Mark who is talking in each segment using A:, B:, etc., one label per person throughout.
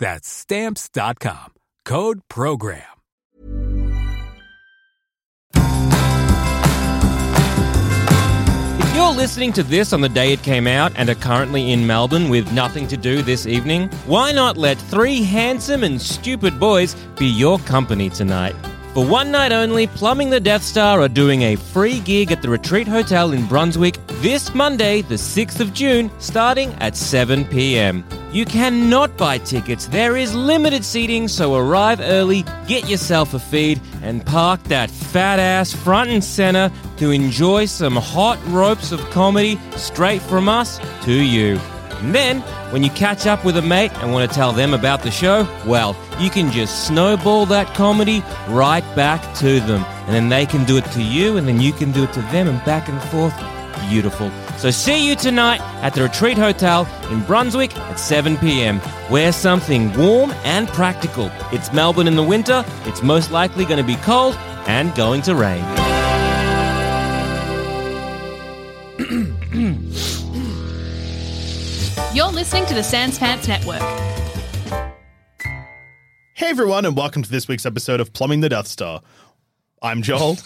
A: That's stamps.com. Code program.
B: If you're listening to this on the day it came out and are currently in Melbourne with nothing to do this evening, why not let three handsome and stupid boys be your company tonight? For one night only, Plumbing the Death Star are doing a free gig at the Retreat Hotel in Brunswick this Monday, the 6th of June, starting at 7 pm. You cannot buy tickets, there is limited seating, so arrive early, get yourself a feed, and park that fat ass front and center to enjoy some hot ropes of comedy straight from us to you. And then, when you catch up with a mate and want to tell them about the show, well, you can just snowball that comedy right back to them. And then they can do it to you, and then you can do it to them, and back and forth. Beautiful. So, see you tonight at the Retreat Hotel in Brunswick at 7 p.m. Wear something warm and practical. It's Melbourne in the winter, it's most likely going to be cold and going to rain.
C: You're listening to the Sans Pants Network.
D: Hey everyone, and welcome to this week's episode of Plumbing the Death Star. I'm Joel,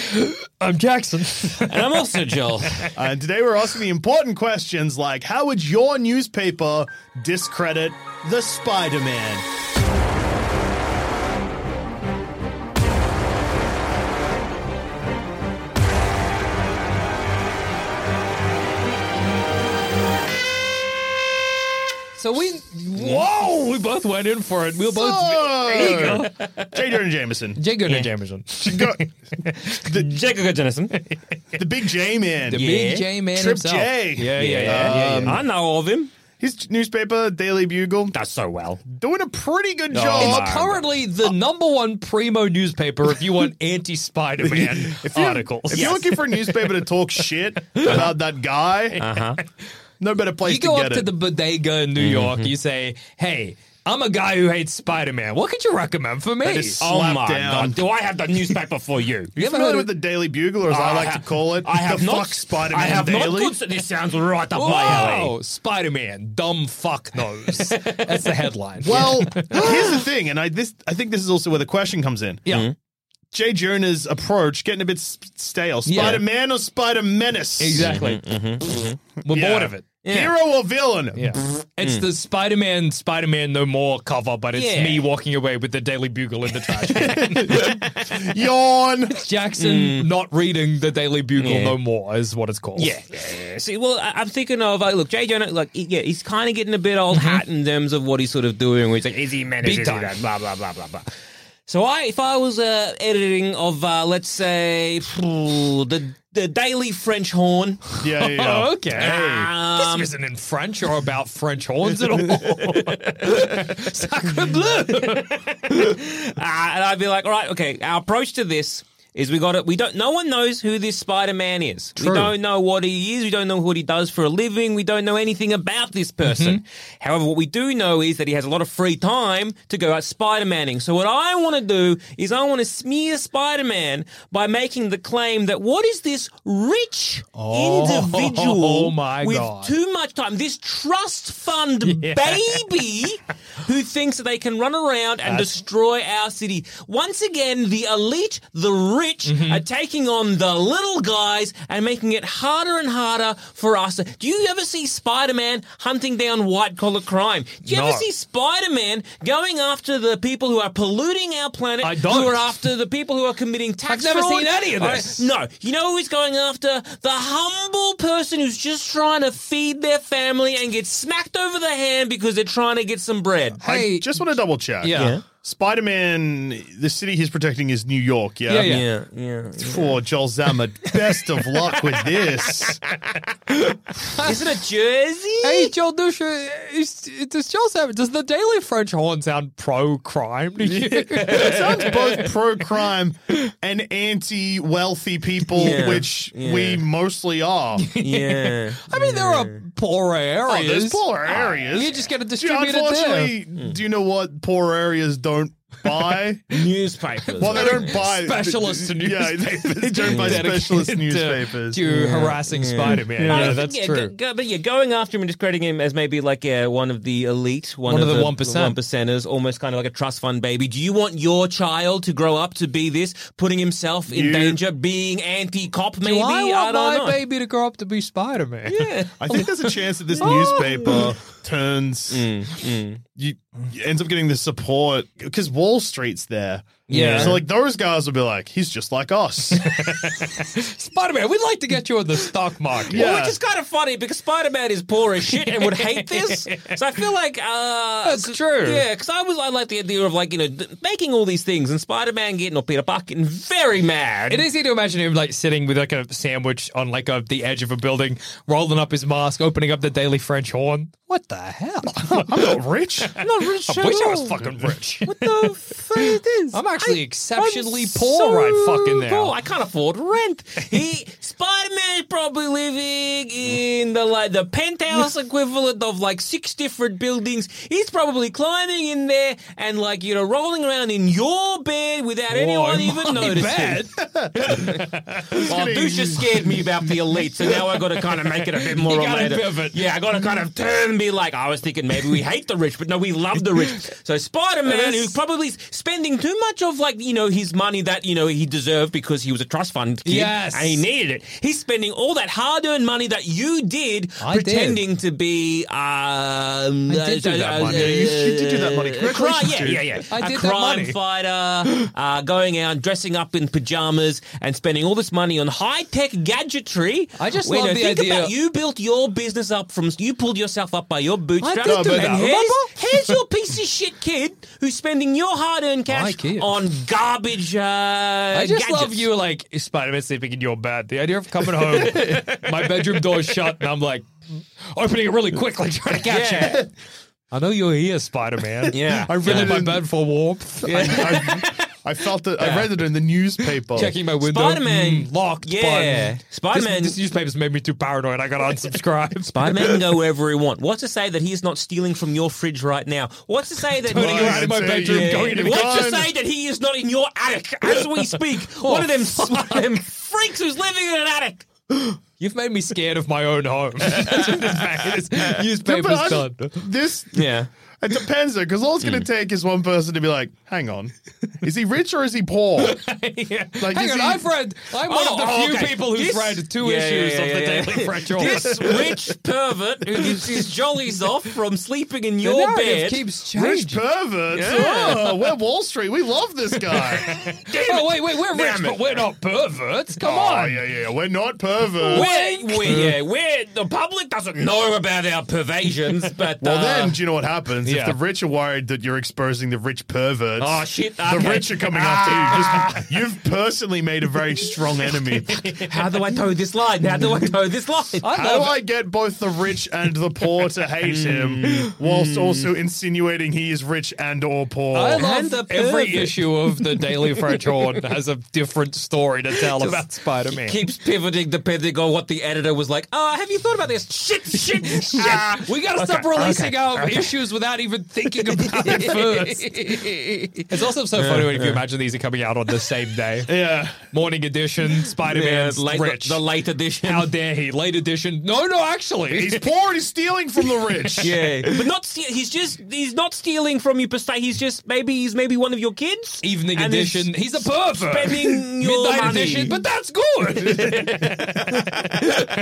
E: I'm Jackson.
B: And I'm also Joel.
D: and today we're asking the important questions like how would your newspaper discredit the Spider Man?
E: So we, whoa, we both went in for it. We were both
D: Oh! J. Jonah Jameson.
E: Jago
B: Yeah.
E: and Jameson,
D: Go-
B: Jacob Jennison.
D: the big J Man.
E: the
B: Yeah.
E: big J man
D: Trip
E: himself.
D: J.
E: Yeah, yeah, yeah. yeah, yeah.
B: I know of him.
D: His newspaper, Daily Bugle,
B: That's so well.
D: doing a pretty good
E: It's
D: job.
E: currently the number one primo newspaper if you want anti Spider Man
D: If you're-
E: articles.
D: If you're looking for a newspaper to talk shit about that guy, no better place
E: Uh-huh. you go
D: to
E: up
D: get
E: to
D: it.
E: the bodega in New
B: Mm-hmm.
E: York, you say, hey, I'm a guy who hates Spider Man. What could you recommend for me? Oh
D: That is slap down.
B: do I have the newspaper for you?
D: you
E: ever
D: familiar
E: heard
D: with the Daily Bugle, or as I like to call it, the fuck Spider Man Daily?
B: that this sounds right up
E: Wow, Spider Man, dumb fuck knows. That's the headline.
D: Well, here's the thing, and I this I think this is also where the question comes in.
E: yeah.
B: Mm-hmm.
D: Jay Jonah's approach getting a bit s- stale. Spider Man or Spider Menace?
B: Mm-hmm.
E: Exactly. We're
D: Yeah.
E: bored of it.
D: Hero or villain?
E: Yeah. It's the Spider Man, Spider Man No More cover, but it's
B: Hmm. Yeah.
E: me walking away with the Daily Bugle in the trash. can.
D: Yawn.
E: Jackson not reading the Daily Bugle
B: Hmm. Yeah.
E: No More is what it's called.
B: Yeah, yeah, yeah. See, well, I, I'm thinking of like, look, Jay Jonah, like, he- yeah, he's kind of getting a bit old hat in terms of what he's sort of doing. Where he's like, is he
E: Mm-hmm.
B: managing
E: Big time.
B: that? Blah blah blah blah blah. So, I, if I was uh, editing of, uh, let's say, the the Daily French Horn,
D: Yeah, yeah, yeah.
E: Oh, okay.
B: Um,
E: this isn't in French or about French horns at all. Sacre bleu.
B: Ah, Uh, and I'd be like, all right, okay, our approach to this is we got it. We don't. No one knows who this Spider Man is.
F: True.
B: We don't know what he is. We don't know what he does for a living. We don't know anything about this person.
G: Mm-hmm.
B: However, what we do know is that he has a lot of free time to go out Spider Manning. So what I want to do is I want to smear Spider Man by making the claim that what is this rich individual
G: Oh, my
B: with
G: God.
B: too much time? This trust fund baby who thinks that they can run around and destroy our city. Once again, the elite, the rich,
G: Mm-hmm.
B: are taking on the little guys and making it harder and harder for us. Do you ever see Spider Man hunting down white collar crime? Do you
G: No.
B: ever see Spider Man going after the people who are polluting our planet?
G: I don't.
B: Who are after the people who are committing tax
G: I've never
B: fraud?
G: seen any of
B: All
G: this.
B: no, you know who he's going after? The humble person who's just trying to feed their family and gets smacked over the hand because they're trying to get some bread.
F: Hey,
D: I just want to double check.
G: Yeah. Yeah.
D: Spider Man, the city he's protecting is New York. Yeah.
G: Yeah, yeah.
B: Um, yeah.
D: Poor Joel Zama. Best of luck with this.
B: Isn't it Jersey?
G: Hey, Joel Dusha, is, does Joel Savage, does the Daily French Horn sound pro crime to you?
D: It sounds both pro crime and anti wealthy people,
B: Yeah,
D: which we mostly are.
B: Yeah.
G: I mean, there are poorer areas.
D: Oh, there's poor areas.
G: You just gotta
D: Gee,
G: distribute it there. Hmm.
D: Unfortunately, do you know what poor areas don't buy?
B: Newspapers.
D: Well, they don't buy
G: Specialist
D: Yeah, they, they don't buy
G: Dedicated
D: specialist
G: to-
D: newspapers.
G: To harassing Spider Man.
B: I
G: Yeah,
B: think,
G: that's
B: yeah,
G: true.
B: go- go- but yeah, going after him and discrediting him as maybe like uh, one of the elite, one,
G: One of the
B: the
G: 1%.
B: one percenters, almost kind of like a trust fund baby. Do you want your child to grow up to be this, putting himself in
D: You-
B: danger, being anti-cop? Maybe
G: Do I
B: don't
G: want my
B: know.
G: baby to grow up to be Spider Man?
D: I think there's a chance that this newspaper turns
G: Mm,
D: You, you ends up getting the support because Wall Street's there.
G: Yeah.
D: so like those guys will be like, he's just like us.
G: Spider Man, we'd like to get you on the stock market.
D: Yeah.
B: Well, which is kind of funny because Spider Man is poor as shit and would hate this. So I feel like uh,
G: That's
B: c-
G: true.
B: Yeah, because I was I like the idea of like you know th- making all these things and Spider Man getting or Peter Parker getting very mad.
G: It is easy to imagine him like sitting with like a sandwich on like a, the edge of a building, rolling up his mask, opening up the Daily French Horn. What the hell?
D: I'm not rich.
B: I'm not rich
G: I
B: at
G: wish I
B: all.
G: was fucking rich.
B: What the fuck it is?
G: I'm actually
B: I-
G: exceptionally
B: I'm
G: poor
B: so
G: right fucking now.
B: poor. I can't afford rent. He Spider Man is probably living in the like the penthouse equivalent of like six different buildings. He's probably climbing in there and like you know rolling around in your bed without anyone even noticing. Well,
D: kidding.
B: Dusha scared me about the elite, so now I got to kind of make it a bit more
G: You gotta
B: related.
G: pivot.
B: Yeah, I got to kind of turn and be like, I was thinking maybe we hate the rich, but no, we love the rich. So Spider Man, who's probably spending too much of like you know his money that you know he deserved because he was a trust fund kid
G: Yes.
B: and he needed it. He's spending all that hard earned money that you did
G: I did.
B: pretending to be. Um,
G: I did do that money.
D: Yeah, you, you did do that money.
B: a crime,
D: Congratulations,
B: yeah,
D: dude.
B: yeah, yeah.
G: I
B: A
G: did that
B: crime
G: money.
B: fighter uh, going out, dressing up in pajamas, and spending all this money on high tech gadgetry.
G: I just
B: Well,
G: love
B: you
G: the
B: think
G: idea-
B: About, you built your business up from. You pulled yourself up by your bootstraps.
G: did do
B: and
G: that,
B: Here's,
G: remember?
B: here's your piece of shit kid who's spending your hard earned cash
G: kid.
B: on garbage. Uh,
G: I just love
B: gadgets.
G: you, like Spider Man sleeping in your bed. The idea of coming home, my bedroom door's shut, and I'm like opening it really quickly, trying to catch
B: Yeah.
G: it. I know you're here, Spider Man.
B: Yeah.
G: I really
D: Yeah.
G: my bed for warmth.
D: I, I, I felt that. I read it in the newspaper.
G: Checking my window.
B: Spider-Man.
G: Mm, locked.
B: Yeah.
G: button.
B: Spider-Man-
G: This, this newspaper's made me too paranoid. I gotta unsubscribe.
B: Spider Man can go wherever he wants. What's to say that he's not stealing from your fridge right now? What's to say that
G: Turning around in my
D: Yeah.
G: bedroom, going into the
B: What's to
G: garden.
B: say that he is not in your attic as we speak? One of them, one of them freaks who's living in an attic.
G: You've made me scared of my own home. That's what this man is.
D: But
G: Newspaper's
D: I-
G: done. Mm.
D: This
B: Yeah.
D: It depends, though, because all it's going to take is one person to be like, "Hang on, is he rich or is he poor?" Like,
G: Hang
D: is
G: on,
D: he-
G: I've read. I'm one
B: Oh,
G: of the
B: oh,
G: few
B: okay.
G: people who's
B: This-
G: read two
B: Yeah, yeah,
G: issues
B: yeah,
G: of the
B: yeah, yeah.
G: Daily French Horn.
B: This rich pervert who gets his jollies off from sleeping in your
G: narrative
B: bed.
G: keeps
D: Rich
G: changing.
D: perverts. Oh, we're Wall Street. We love this guy.
G: Oh wait, wait, we're rich,
B: Damn it.
G: but we're not perverts. Come
D: Oh,
G: on.
D: yeah, yeah. We're not perverts.
B: We're, we're, yeah, we're, the public doesn't know about our pervasions, but.
D: well,
B: uh,
D: then, do you know what happens?
B: Yeah.
D: If the rich are worried that you're exposing the rich perverts,
B: Oh, shit,
D: the
B: okay. Ah.
D: rich are coming after you. Just, you've personally made a very strong enemy.
G: How do I toe this line? How do Mm. I toe this line?
D: How do I get both the rich and the poor to hate
B: Hmm.
D: him, whilst also insinuating he is rich and or poor?
B: I
G: And
B: love
G: the
B: that every
G: pervert.
B: issue of the Daily French Horn has a different story to tell about Spider Man.
G: Keeps pivoting depending on what the editor was like. Ah, have you thought about this? Shit, shit, shit. Ah,
B: we gotta stop releasing our issues without even thinking about it first. It's also so funny when if you imagine these are coming out on the same day.
D: yeah.
B: Morning edition, Spider Man's
G: late,
B: rich.
G: The, the late edition.
B: How dare he? Late edition. No, no, actually.
D: He's poor and he's stealing from the rich.
G: yeah, but not steal he's just he's not stealing from you per se. He's just maybe he's maybe one of your kids.
B: Evening
G: And he's
B: edition. He's, a pervert.
G: spending your
B: Midnight
G: money.
B: edition, but that's good.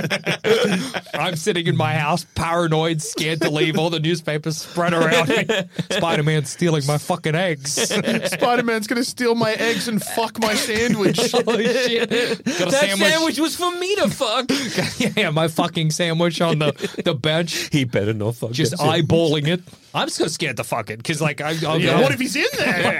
B: I'm sitting in my house, paranoid, scared to leave. All the newspapers spread around me. Spider Man stealing my fucking eggs.
D: Spider Man's gonna steal my eggs and fuck my sandwich.
B: Holy shit! Got a
G: that sandwich. was for me to fuck.
B: yeah, my fucking sandwich on the, the bench.
G: he better not fuck.
B: Just eyeballing it. I'm so scared to fuck it because, like, I, I,
D: yeah, what if he's in there?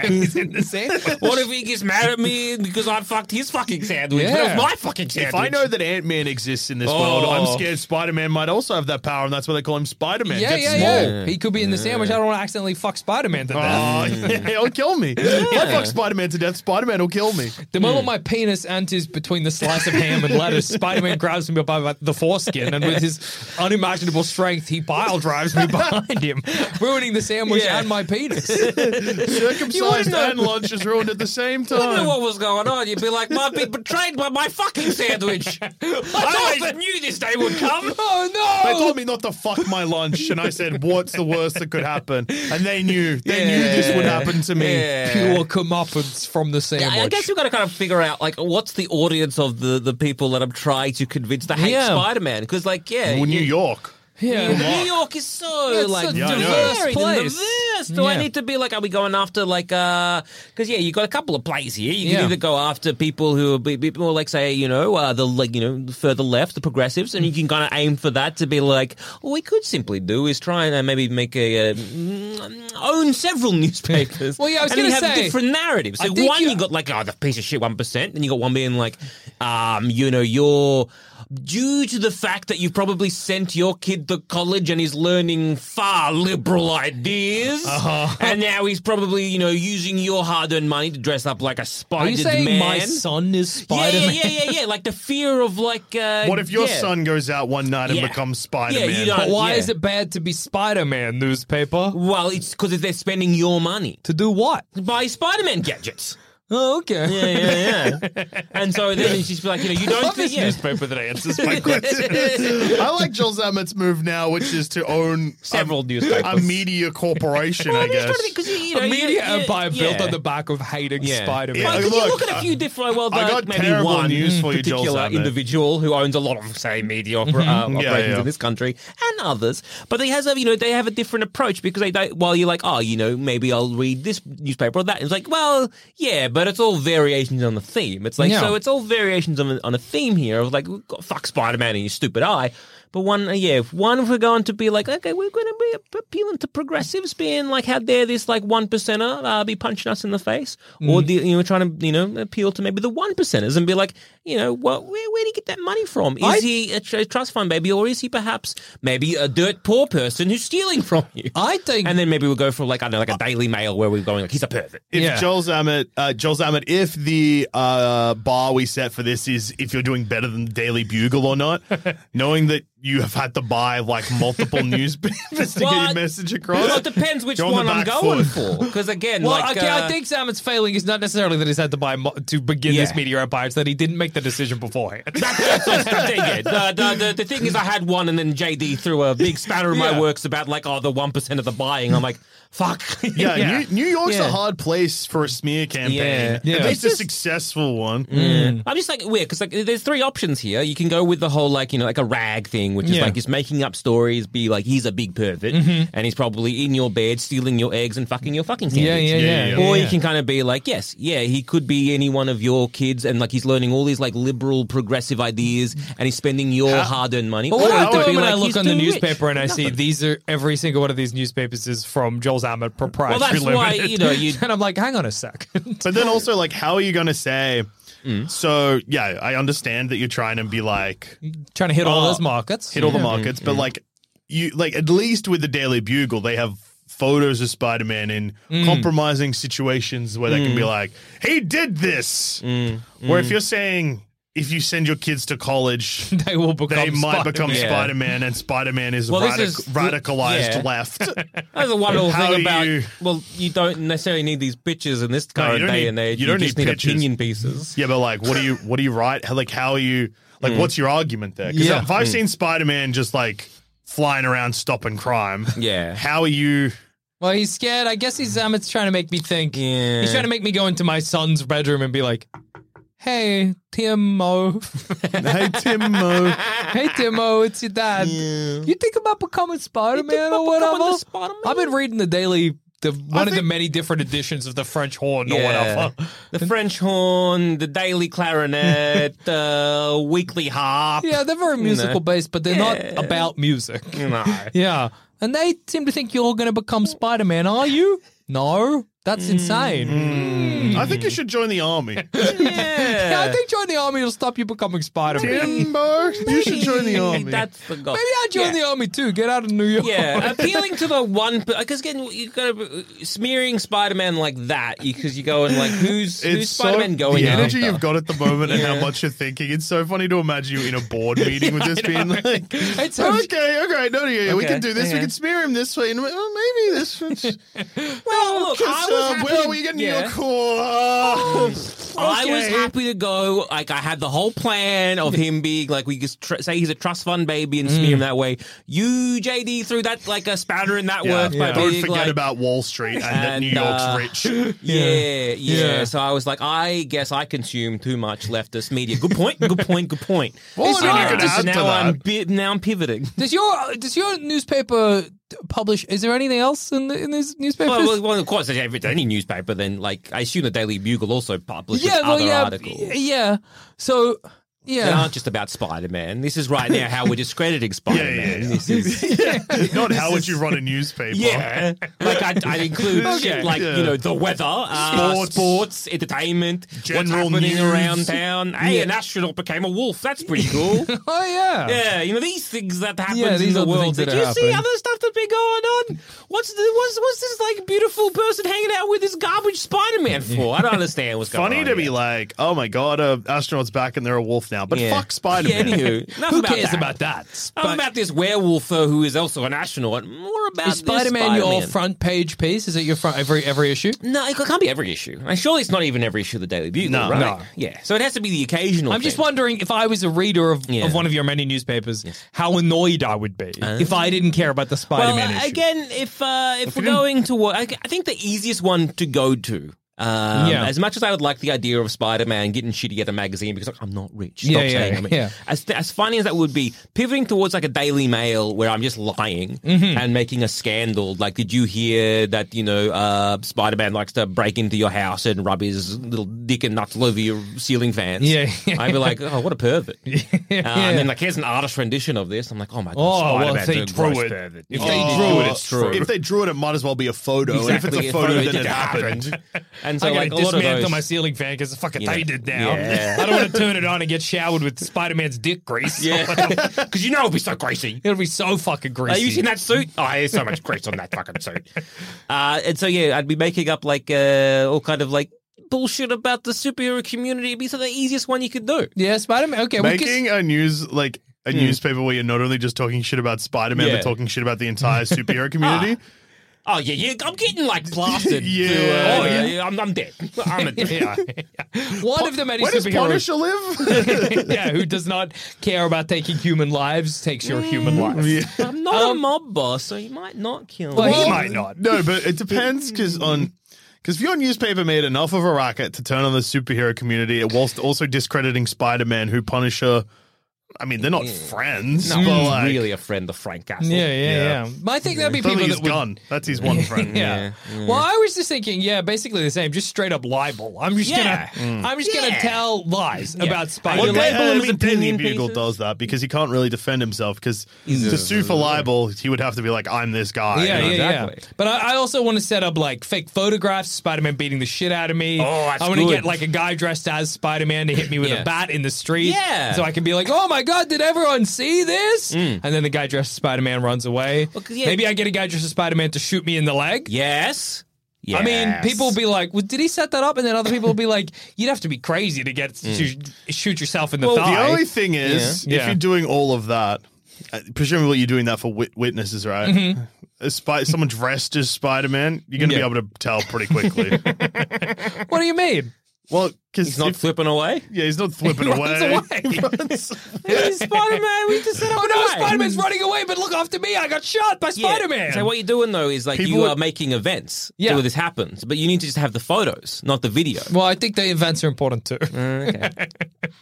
B: he's in the sandwich?
G: What if he gets mad at me because I fucked his fucking sandwich?
B: Yeah.
G: That was my fucking sandwich.
D: If I know that Ant Man exists in this world, I'm scared Spider Man might also have that power, and that's why they call him Spider Man.
B: Oh. Yeah,
D: Get
B: yeah,
D: small.
B: yeah. He could be in the sandwich. I don't want to accidentally fuck Spider Man to death.
D: Oh,
G: Mm.
D: yeah, he'll kill me. If I fuck Spider Man to death, Spider Man will kill me.
B: The
G: Hmm.
B: moment my penis enters between the slice of ham and lettuce, Spider Man grabs me by my- the foreskin, and with his unimaginable strength, he pile drives me behind him, ruining the sandwich
G: Yeah.
B: and my penis.
D: Circumcised and lunch is ruined at the same
G: I don't know
D: time.
G: what was going on. You'd be like, "I've been betrayed by my fucking sandwich." I always knew this day would come.
B: oh
D: They
B: no!
D: told me not to fuck my lunch, and I said, "What's the worst that could happen?" And they knew, they knew this would
G: Yeah.
D: happen to me.
G: Yeah.
B: Pure comeuppance from the sandwich.
G: I I guess we've got to kind of figure out like what's the audience of the, the people that I'm trying to convince to hate
B: Yeah.
G: Spider-Man because like yeah,
D: Well, New York.
B: yeah.
G: New York is so
B: Yeah, it's
G: like
B: a
D: Yeah, I know.
G: diverse
B: diverse place.
G: place. Do I
B: Yeah.
G: need to be like, are we going after like, uh, because yeah, you got a couple of plays here. You
B: Yeah.
G: can either go after people who are be, be more like, say, you know, uh, the like, you know, further left, the progressives, and you can kind of aim for that to be like, what we could simply do is try and uh, maybe make a uh, mm, own several newspapers.
B: Well, yeah, I was
G: and then
B: gonna
G: have
B: say-
G: different narratives.
B: I
G: Like
B: think
G: one,
B: you-
G: you got like, oh, the piece of shit one percent, and you got one being like, um, you know, you're due to the fact that you probably sent your kid to college and he's learning far liberal ideas,
B: Uh-huh.
G: and now he's probably you know using your hard-earned money to dress up like a
B: Are you
G: spider
B: saying
G: man.
B: my son is
G: yeah,
B: Spider
G: yeah,
B: Man?
G: yeah, yeah, yeah. Like the fear of like. Uh,
D: What if your
G: yeah.
D: son goes out one night and
G: Yeah.
D: becomes Spider Man?
G: Yeah, you don't-
B: But why
G: Yeah.
B: is it bad to be Spider Man newspaper?
G: Well, it's because they're spending your money
B: To do what?
G: to buy Spider-Man gadgets.
B: Oh, okay.
G: Yeah, yeah, yeah. and so then it's just like you know you don't
B: Love
G: think
B: this
G: yeah.
B: newspaper that answers my question.
D: I like Joel Zammett's move now, which is to own
G: Several
D: a,
G: newspapers.
D: a media corporation.
G: Well,
D: I
G: I'm just trying
D: guess.
G: to think because you, you know
B: A media
G: you, you,
B: empire built
G: yeah.
B: on the back of hating
G: Yeah.
B: Spider-Man.
D: Yeah.
G: Well, 'cause
D: Look,
G: you look at a few different, well,
D: I
G: the-
D: got
G: maybe
D: terrible
G: one
D: news for you, Joel
G: particular
D: Samet.
G: individual who owns a lot of, say, media opera, uh,
D: Mm-hmm. Yeah,
G: operations
D: yeah.
G: in this country and others. But they has a, you know, they have a different approach because they don't. While you're like, oh, you know, maybe I'll read this newspaper or that. And it's like, well, yeah, but it's all variations on the theme. It's like
B: Yeah.
G: so, it's all variations on, a- on a theme here of like, fuck Spider Man and your stupid eye. But one, uh, yeah, if one, if we're going to be like, okay, we're going to be ap- appealing to progressives, being like, how dare this like one percenter uh, be punching us in the face, or the, you know, trying to you know appeal to maybe the one percenters and be like, you know, what, where, where do you get that money from? Is
B: I-
G: he a tr- trust fund baby, or is he perhaps maybe a dirt poor person who's stealing from you?
B: I think
G: and then maybe we'll go for like I don't know, like a Daily Mail where we're going like he's a pervert.
D: if
B: Yeah.
D: Joel Zammett, uh, Joel Zammett, if the uh, bar we set for this is if you're doing better than Daily Bugle or not, knowing that you have had to buy like multiple newspapers to get your
G: Well,
D: message across.
G: Well, it depends which
D: You're on the
G: one I'm
D: back
G: going
D: foot.
G: for. Because again,
B: well,
G: like,
B: okay,
G: uh,
B: I think Salmon's failing is not necessarily that he's had to buy mo- to begin this
G: Yeah.
B: media empire; it's that he didn't make the decision beforehand.
G: That's what's the thing, yeah. The, the, the, the thing is, I had one, and then JD threw a big spanner in
B: Yeah.
G: my works about like, oh, the one percent of the buying. I'm like, fuck.
D: Yeah, New, New York's
G: Yeah.
D: a hard place for a smear campaign.
G: Yeah.
B: Yeah. Mm. It's
D: At least a
G: just- Mm.
D: successful one.
G: I'm just like weird because like there's three options here. You can go with the whole like you know like a rag thing thing, which is
E: Yeah. Mm-hmm.
G: like just making up stories, be like, he's a big pervert, and he's probably in your bed stealing your eggs and fucking your fucking sandwich.
E: Yeah, yeah,
D: yeah.
E: yeah.
G: Or
E: yeah,
G: you can kind of be like, yes, yeah, he could be any one of your kids, and like he's learning all these like liberal, progressive ideas, and he's spending your hard-earned money. Or
E: What
G: it
E: I
G: could
E: do
G: be
E: when I
G: like,
E: look
G: he's
E: on the
G: too rich.
E: newspaper and I see
G: Nothing.
E: these are every single one of these newspapers is from Joel's Ahmed
G: Well,
E: proprietary
G: that's why
E: limited.
G: you know you.
E: and I'm like, hang on a second.
D: But then also, like, how are you going to say?
G: Mm.
D: So yeah, I understand that you're trying to be like
E: Trying to hit all
D: Oh.
E: those markets.
D: hit all the markets, but like you like at least with the Daily Bugle, they have photos of Spider Man in
G: Mm.
D: compromising situations where they can be like, he did this.
G: Mm.
D: Or if you're saying if you send your kids to college,
E: they will become
D: they might become
E: Spider-Man.
G: Yeah.
D: Spider Man, and Spider Man is,
G: Well, this
D: radic-
G: is-
D: radicalized
G: yeah.
D: left.
G: That's the one little
D: How
G: thing
D: do
G: about.
D: you-
G: Well, you don't necessarily need these pictures in this
D: No, you
G: current
D: don't
G: day
D: need-
G: and age.
D: you don't
G: just
D: need
G: need
D: pictures.
G: opinion pieces.
D: yeah, but like, what do you what do you write? How, like, how are you?
G: Mm.
D: Like, what's your argument there? Because
E: Yeah.
D: if I've seen Spider Man just like flying around stopping crime,
G: Yeah.
D: how are you?
E: Well, he's scared. I guess he's um, it's trying to make me think.
G: Yeah.
E: He's trying to make me go into my son's bedroom and be like, "Hey, Timo,
D: hey, Timo.
E: hey, Timo, it's your dad. You think about becoming Spider-Man or
G: about becoming
E: whatever?
G: the Spider-Man?
E: I've been reading the daily, the one of the
D: think-
E: many different editions of the French Horn or
G: Yeah.
E: whatever.
G: The French horn, the daily clarinet, the weekly harp.
E: Yeah, they're very musical based, but they're not about music.
G: No.
E: Yeah, and they seem to think you're going to become Spider-Man. Are you? No, that's
G: Mm-hmm.
E: insane.
D: I think you should join the army.
E: Yeah, I think joining the army will stop you becoming Spider-Man.
D: Timbo, you should join the army.
G: That's the goal.
E: Maybe I'll join the army too. Get out of New York.
G: Yeah, appealing to the one because again, you got to smearing Spider-Man like that because you go and like who's who's Spider-Man going
D: The energy
G: after?
D: you've got at the moment and how much you're thinking. It's so funny to imagine you in a board meeting with this being like,
E: It's so-
D: okay, okay, no, yeah, yeah, we
G: Okay,
D: can do this. We
G: yeah.
D: can smear him this way, and well, maybe this. One's,
G: well, look, I
D: Because,
G: was
D: uh,
G: happy
D: where
G: to-
D: are we getting
G: yeah.
D: your core? Oh,
G: I was
D: okay.
G: happy to go. Like I had the whole plan of him being like we just tr- say he's a trust fund baby and smear him that way. You JD threw that like a spatter in that work by
D: Don't
G: being
D: forget
G: like,
D: about Wall Street and, that
G: and,
D: New
G: uh,
D: York's rich.
G: Yeah, yeah,
E: Yeah.
G: So I was like, I guess I consume too much leftist media. Good point. Good point. Good point.
D: Well,
G: And
D: and
E: you
G: I
E: could
G: just-
D: add to
G: now I'm
D: that.
G: bi- now I'm pivoting.
E: Does your does your newspaper publish? Is there anything else in the, in these newspapers?
G: Well, well, well, of course, if it's any newspaper, then like I assume the Daily Bugle also publishes other
E: yeah,
G: articles.
E: y- yeah. So,
G: That
E: yeah.
G: aren't just about Spider Man. This is right now how we're discrediting Spider Man.
D: yeah.
G: This is
D: Not how would you run a newspaper?
G: Yeah, like I, I include
D: Okay.
G: shit like you
D: Yeah.
G: know the weather, uh, sports.
D: Sports.
G: entertainment,
D: General
G: what's happening
D: news.
G: around town. Hey, an astronaut became a wolf. That's pretty cool.
E: Oh yeah.
G: yeah, you know these things that happen
E: Yeah,
G: in
E: these
G: the
E: are the
G: world.
E: things that
G: Did you see
E: happen.
G: other stuff that's been going on? What's the, what's what's this like beautiful person hanging out with this garbage Spider Man for? I don't understand what's going on.
D: Funny to be
G: here.
D: like, oh my god, uh, astronaut's back and they're a wolf now. But
G: Yeah.
D: fuck Spider Man.
G: Yeah, anywho, enough
E: Who
G: about
E: cares
G: that.
E: about that?
G: Enough about this werewolf uh, who is also an astronaut. More about
E: is
G: this
E: Spider-Man, your
G: Spider-Man.
E: front page piece? Is it your front every every issue?
G: No, it can't be every issue. And surely it's not even every issue of the Daily Bugle,
D: No.
G: right?
D: No.
G: Yeah. So it has to be the occasional.
E: I'm just
G: thing.
E: wondering if I was a reader of,
G: Yeah.
E: of one of your many newspapers, how annoyed I would be if I didn't care about the
G: Well,
E: Spider-Man issue.
G: again, if uh, if we're going to, I, I think the easiest one to go to. Um,
E: Yeah.
G: As much as I would like the idea of Spider-Man getting shitty at a magazine because like, I'm not rich, stop
E: Yeah, yeah,
G: saying I'm rich.
E: yeah.
G: As as funny as that would be, pivoting towards like a Daily Mail where I'm just lying
E: Mm-hmm.
G: and making a scandal. Like, did you hear that you know uh, Spider-Man likes to break into your house and rub his little dick and nuts all over your ceiling fans?
E: Yeah.
G: I'd be like, oh, what a pervert. Uh, And then like, here's an artist rendition of this. I'm like, oh my god,
E: Oh, well, if
G: Spider-Man's
E: they
G: a
E: drew
G: gross
E: it-
G: pervert.
E: if
G: Yeah.
E: they
G: Oh,
E: drew it,
G: it's true.
D: If they drew it, it might as well be a photo. And if it's
G: Exactly,
D: a photo,
G: it
D: then it
G: just
D: happened.
G: And so,
E: I
G: like,
E: gotta
G: a lot of
E: dismantle
G: those.
E: my ceiling fan because fucking
G: You know,
E: they did now.
G: yeah.
E: I don't want to turn it on and get showered with Spider-Man's dick grease.
G: yeah, because you know it'll be so greasy.
E: It'll be so fucking greasy.
G: Are you seen that suit? Oh, there's so much grease on that fucking suit. Uh, and so, yeah, I'd be making up like uh, all kind of like bullshit about the superhero community. It'd be so the easiest one you could do.
E: Yeah, Spider-Man. Okay, we can-
D: Making a news like a newspaper where you're not only just talking shit about Spider Man,
G: Yeah.
D: but talking shit about the entire superhero community.
G: Oh yeah, yeah, I'm getting like plastered.
D: Yeah.
G: to, uh,
D: Oh, yeah.
G: I'm, I'm dead. I'm a dead.
E: one of the many
D: Where does
E: superheroes.
D: Punisher live?
E: yeah, who does not care about taking human lives takes your human
D: Mm.
E: life.
G: I'm not
B: Um,
G: a mob boss, so you might not kill.
E: Well,
G: me.
E: he
D: Well,
E: might not.
D: No, but it depends because on. Because if your newspaper made enough of a racket to turn on the superhero community, it whilst also discrediting Spider Man, who Punisher I mean, they're not friends.
B: No,
D: but
B: he's
D: like,
B: really a friend of Frank Castle.
E: Yeah, yeah,
D: Yeah.
E: yeah. But I think that'd be
D: Clearly
E: people
D: he's
E: that would.
D: gone. That's his one friend.
E: Yeah. Well, I was just thinking, yeah, basically the same, just straight up libel. I'm just
B: Yeah.
E: gonna, I'm just gonna tell lies about Spider.
B: Well,
D: Well,
B: You
D: Daily-
B: label him
D: I
B: as
D: mean, Daily
B: opinion
D: Bugle
B: pieces?
D: does that because he can't really defend himself because to sue for libel, he would have to be like, I'm this guy.
E: yeah,
D: you know?
E: yeah, yeah.
B: exactly.
E: But I, I also want to set up like fake photographs, Spider Man beating the shit out of me. Oh,
B: that's
E: I want to
B: good.
E: get like a guy dressed as Spider Man to hit me with
B: Yeah.
E: a bat in the street.
B: Yeah. Mm.
E: So I can be like, oh my God, did everyone see this? And then the guy dressed as Spider Man runs away.
B: 'cause, yeah.
E: Maybe I get a guy dressed as Spider Man to shoot me in the leg.
B: Yes. Yes.
E: I mean, people will be like, well, did he set that up? And then other people will be like, you'd have to be crazy to get
B: Mm.
E: to shoot yourself in the
D: The
E: thigh.
D: only thing is,
E: Yeah.
D: if
E: Yeah.
D: you're doing all of that, uh, presumably you're doing that for wit- witnesses, right? A spy- someone dressed as Spider Man, you're going to
E: Mm-hmm. Yeah.
D: be able to tell pretty quickly.
E: what do you mean?
D: well, because
B: he's not flipping away.
D: yeah, he's not flipping
E: runs
D: away.
E: away.
B: Spider Man, we just said
E: Oh no, Spider Man's running away, but look after me. I got shot by Spider Man.
B: So what you're doing though is like
D: People
B: you
D: would-
B: are making events
E: Yeah.
B: so this happens, but you need to just have the photos, not the video.
E: Well, I think the events are important too.
D: Mm.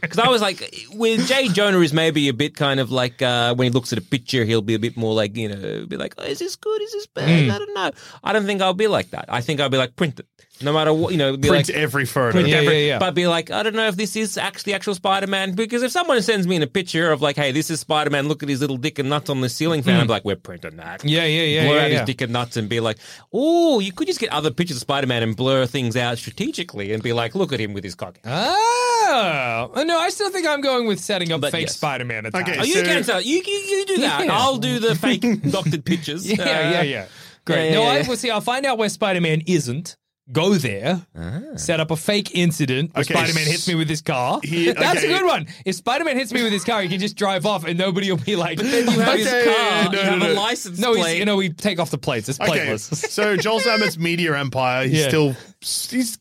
B: Because I was like, with Jay Jonah is maybe a bit kind of like uh, when he looks at a picture, he'll be a bit more like you know, be like, oh, is this good? Is this bad?
E: Hmm.
B: I don't know. I don't think I'll be like that. I think I'll be like print it, no matter what you know. Be
D: Print
B: like,
D: every photo.
B: print
E: Yeah,
B: every-
E: yeah, yeah.
B: But be like, I don't know if this is actually actual Spider Man because if someone sends me in a picture of like, hey, this is Spider Man. Look at his little dick and nuts on the ceiling
E: Hmm.
B: fan. I'm like, we're printing that.
E: Yeah, yeah, yeah,
B: Blur
E: yeah,
B: out his
E: yeah.
B: dick and nuts and be like, oh, you could just get other pictures of Spider Man and blur things out strategically and be like, look at him with his cock.
E: oh no, I still think I'm going with setting up
B: But
E: fake
B: yes.
E: Spider Man.
D: Okay,
B: Oh,
E: Okay,
B: you
D: So-
B: can tell. You, you, you do that.
E: Yeah.
B: I'll do the fake doctored pictures.
E: yeah, yeah,
B: Uh,
E: yeah. Great.
B: yeah,
E: no,
B: yeah,
E: I
B: yeah.
E: will see. I'll find out where Spider Man isn't. Go there, set up a fake incident
D: Ah.
E: where
D: Okay,
E: Spider Man hits me with his car.
D: he-
E: That's a
D: okay.
E: good one. If Spider Man hits me with his car, he can just drive off and nobody will be like,
B: You have his
D: Okay,
B: car.
D: no,
B: you
D: no,
B: have a
D: no.
B: license
E: No, he's,
B: plate.
E: you know, we take off the plates. It's
D: Okay,
E: plateless.
D: so Joel Zammett's media empire, he's
E: Yeah.
D: still he's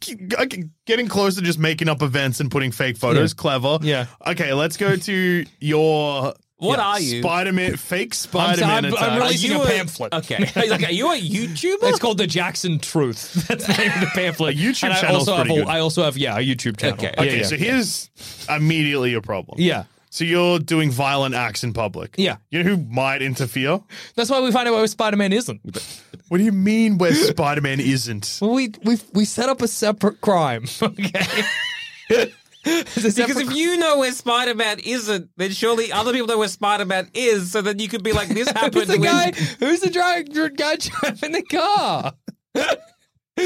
D: getting close to just making up events and putting fake photos. Clever.
E: Yeah.
D: Okay, let's go to your
B: What are you?
D: Spider-Man, fake Spider-Man.
E: I'm- I'm
D: attack.
E: really-
B: Are you
E: releasing a pamphlet.
B: Okay. He's like, are you a YouTuber?
E: It's called the Jackson Truth. That's the name of the pamphlet.
D: A YouTube
E: and I
D: channel's
E: also have
D: pretty
E: a,
D: good.
E: I also have yeah a YouTube channel.
B: Okay.
E: Yeah,
D: okay,
E: yeah.
D: so here's immediately your problem.
E: Yeah.
D: So you're doing violent acts in public.
E: Yeah.
D: You know who might interfere?
E: that's why we find out where Spider Man isn't.
D: What do you mean where Spider-Man isn't?
E: Well, we we we set up a separate crime. Okay.
B: Because if you know where Spider Man isn't, then surely other people know where Spider Man is, so then you could be like, this happened
E: who's the
B: when.
E: guy who's the dri- guy driving the car?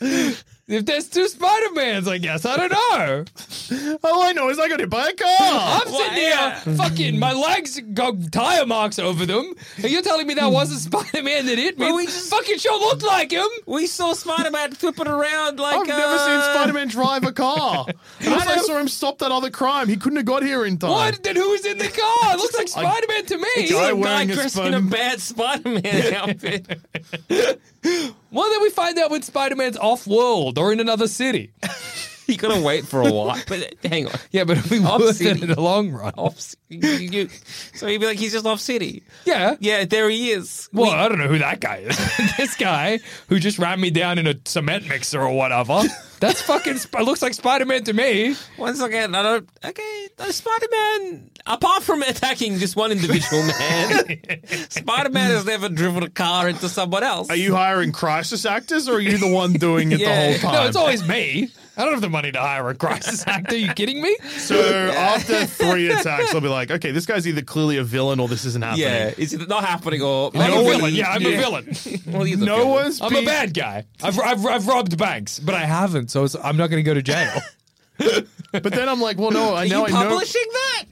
E: if there's two Spider Mans, I guess I don't know.
D: All I know is I got hit by a car.
E: I'm sitting here,
B: yeah.
E: fucking my legs got tire marks over them, and you're telling me that wasn't Spider Man that hit me?
B: Hmm. Well, we just-
E: fucking sure looked like him.
B: We saw Spider Man flipping around like.
D: I've never seen
B: uh,
D: Spider-Man drive a car. Unless I saw him stop that other crime, he couldn't have got here in time.
E: What? Then who was in the car? It looks like Spider Man to
B: He's
E: me.
D: I-
B: a guy
D: wearing a
B: dressed in
D: spun-
B: a bad Spider Man outfit.
E: Well, then we find out when Spider Man's off world or in another city.
B: you gotta wait for a while. But uh, hang on.
E: Yeah, but we
B: Off
E: worth it
B: city.
E: in the long run.
B: Off, you, you- so he'd be like, he's just off city.
E: Yeah.
B: Yeah, there he is.
E: Well, I don't know who that guy is. this guy who just ran me down in a cement mixer or whatever. That's fucking. Sp- looks like Spider Man to me.
B: Once again, I don't. Okay, Spider Man, apart from attacking just one individual man, Spider Man has never driven a car into someone else.
D: Are you hiring crisis actors or are you the one doing it
B: Yeah.
D: the whole time?
E: No, it's always me. I don't have the money to hire a crisis actor. you kidding me?
D: So after three attacks, I'll be like, okay, this guy's either clearly a villain or this isn't happening.
B: Yeah, is it not happening or.
E: I'm
B: Maybe-
E: a villain. Yeah, I'm a villain.
B: Well, he's a
D: No
B: villain.
D: one's
E: I'm a
D: being-
E: bad guy. I've, I've, I've robbed banks, but I haven't, so it's, I'm not going to go to jail.
D: But then I'm like, well, no, I
B: Are
D: now
B: you
D: I know.
B: publishing that?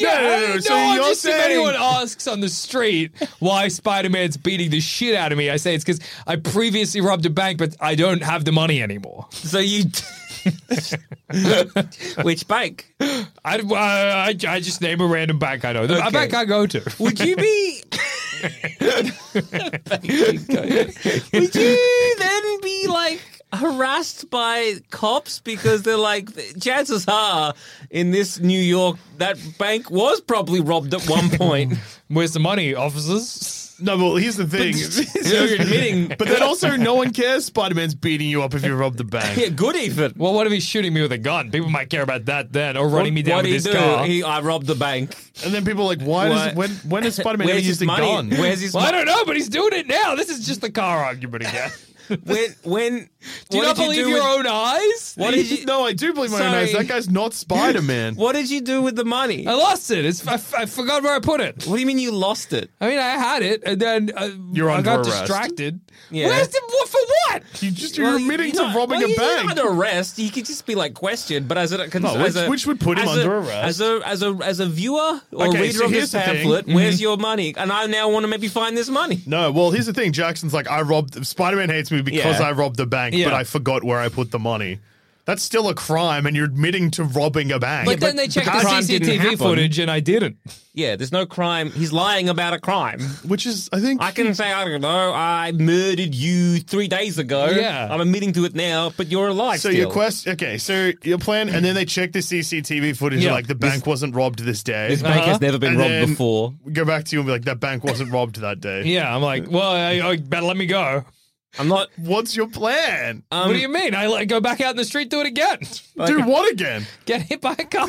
D: No, no, no, no, so
E: I'm
D: you're
E: just if
D: saying-
E: anyone asks on the street why Spider Man's beating the shit out of me, I say it's because I previously robbed a bank, but I don't have the money anymore.
B: So you. Which bank?
E: I, uh, I, I just name a random bank I know. The
B: Okay.
E: bank I go to.
B: Would you be. Would you then be like. harassed by cops because they're like, chances are in this New York, that bank was probably robbed at one point.
E: Where's the money, officers?
D: No, well, here's the thing.
B: so you're admitting.
D: but then also, no one cares. Spider Man's beating you up if you rob the bank.
B: Yeah, good even.
E: Well, what if he's shooting me with a gun? People might care about that then, or running me down
B: what
E: with
B: he
E: his
B: do?
E: car.
B: Uh, He, I robbed the bank.
D: And then people are like,
B: Why-
D: why does when when has Spider Man
B: Where's
D: ever
B: his
D: used a
B: money?
D: gun?
B: Where's his
E: well, I
B: money?
E: don't know, but he's doing it now. This is just the car argument again.
B: When, when,
E: do you
B: what
E: not
B: did
E: believe
B: do
E: your
B: with-
E: own eyes?
B: What did you,
D: no, I do believe my own eyes.
B: Sorry.
D: That guy's not Spider Man.
B: What did you do with the money?
E: I lost it. It's, I, I forgot where I put it.
B: What do you mean you lost it?
E: I mean, I had it, and then uh,
D: You're
E: I
D: under
E: got
D: arrest.
E: distracted.
B: Yeah.
E: Where's the what for what?
D: You just you're
B: Well,
D: admitting
B: you're
D: to
B: not-
D: robbing
B: well,
D: a
B: he's
D: bank.
B: Not under arrest. He could just be like questioned, but as a, cons-
D: No,
B: as
D: which-
B: a
D: which would put him
B: as
D: under
B: a- As
D: arrest.
B: a as a as a viewer or
D: Okay,
B: reader
D: so
B: of
D: here's
B: this
D: the thing. Mm-hmm.
B: pamphlet, where's your money? And I now want to maybe find this money.
D: No, well, here's the thing. Jackson's like, I robbed Spider Man hates me because
B: Yeah.
D: I robbed the bank,
B: Yeah.
D: but I forgot where I put the money. That's still a crime, and you're admitting to robbing a bank.
E: But then they checked the
B: crime didn't happen.
E: CCTV footage, and I didn't.
B: Yeah, there's no crime. He's lying about a crime.
D: which is, I think,
B: I can say I don't know. I murdered you three days ago.
E: Yeah.
B: I'm admitting to it now, but you're alive.
D: So
B: still.
D: your quest, okay. So your plan, and then they check the CCTV footage.
E: Yeah.
D: Like the bank wasn't robbed this day.
B: This bank
E: Uh-huh.
B: has never been
D: And
B: robbed
D: then
B: before.
D: we Go back to you and be like, that bank wasn't robbed that day.
E: Yeah, I'm like, well, I, I better let me go.
B: I'm not.
D: What's your plan,
B: Um,
E: what do you mean? I like, go back out in the street, do it again,
D: do what again?
E: get hit by a car.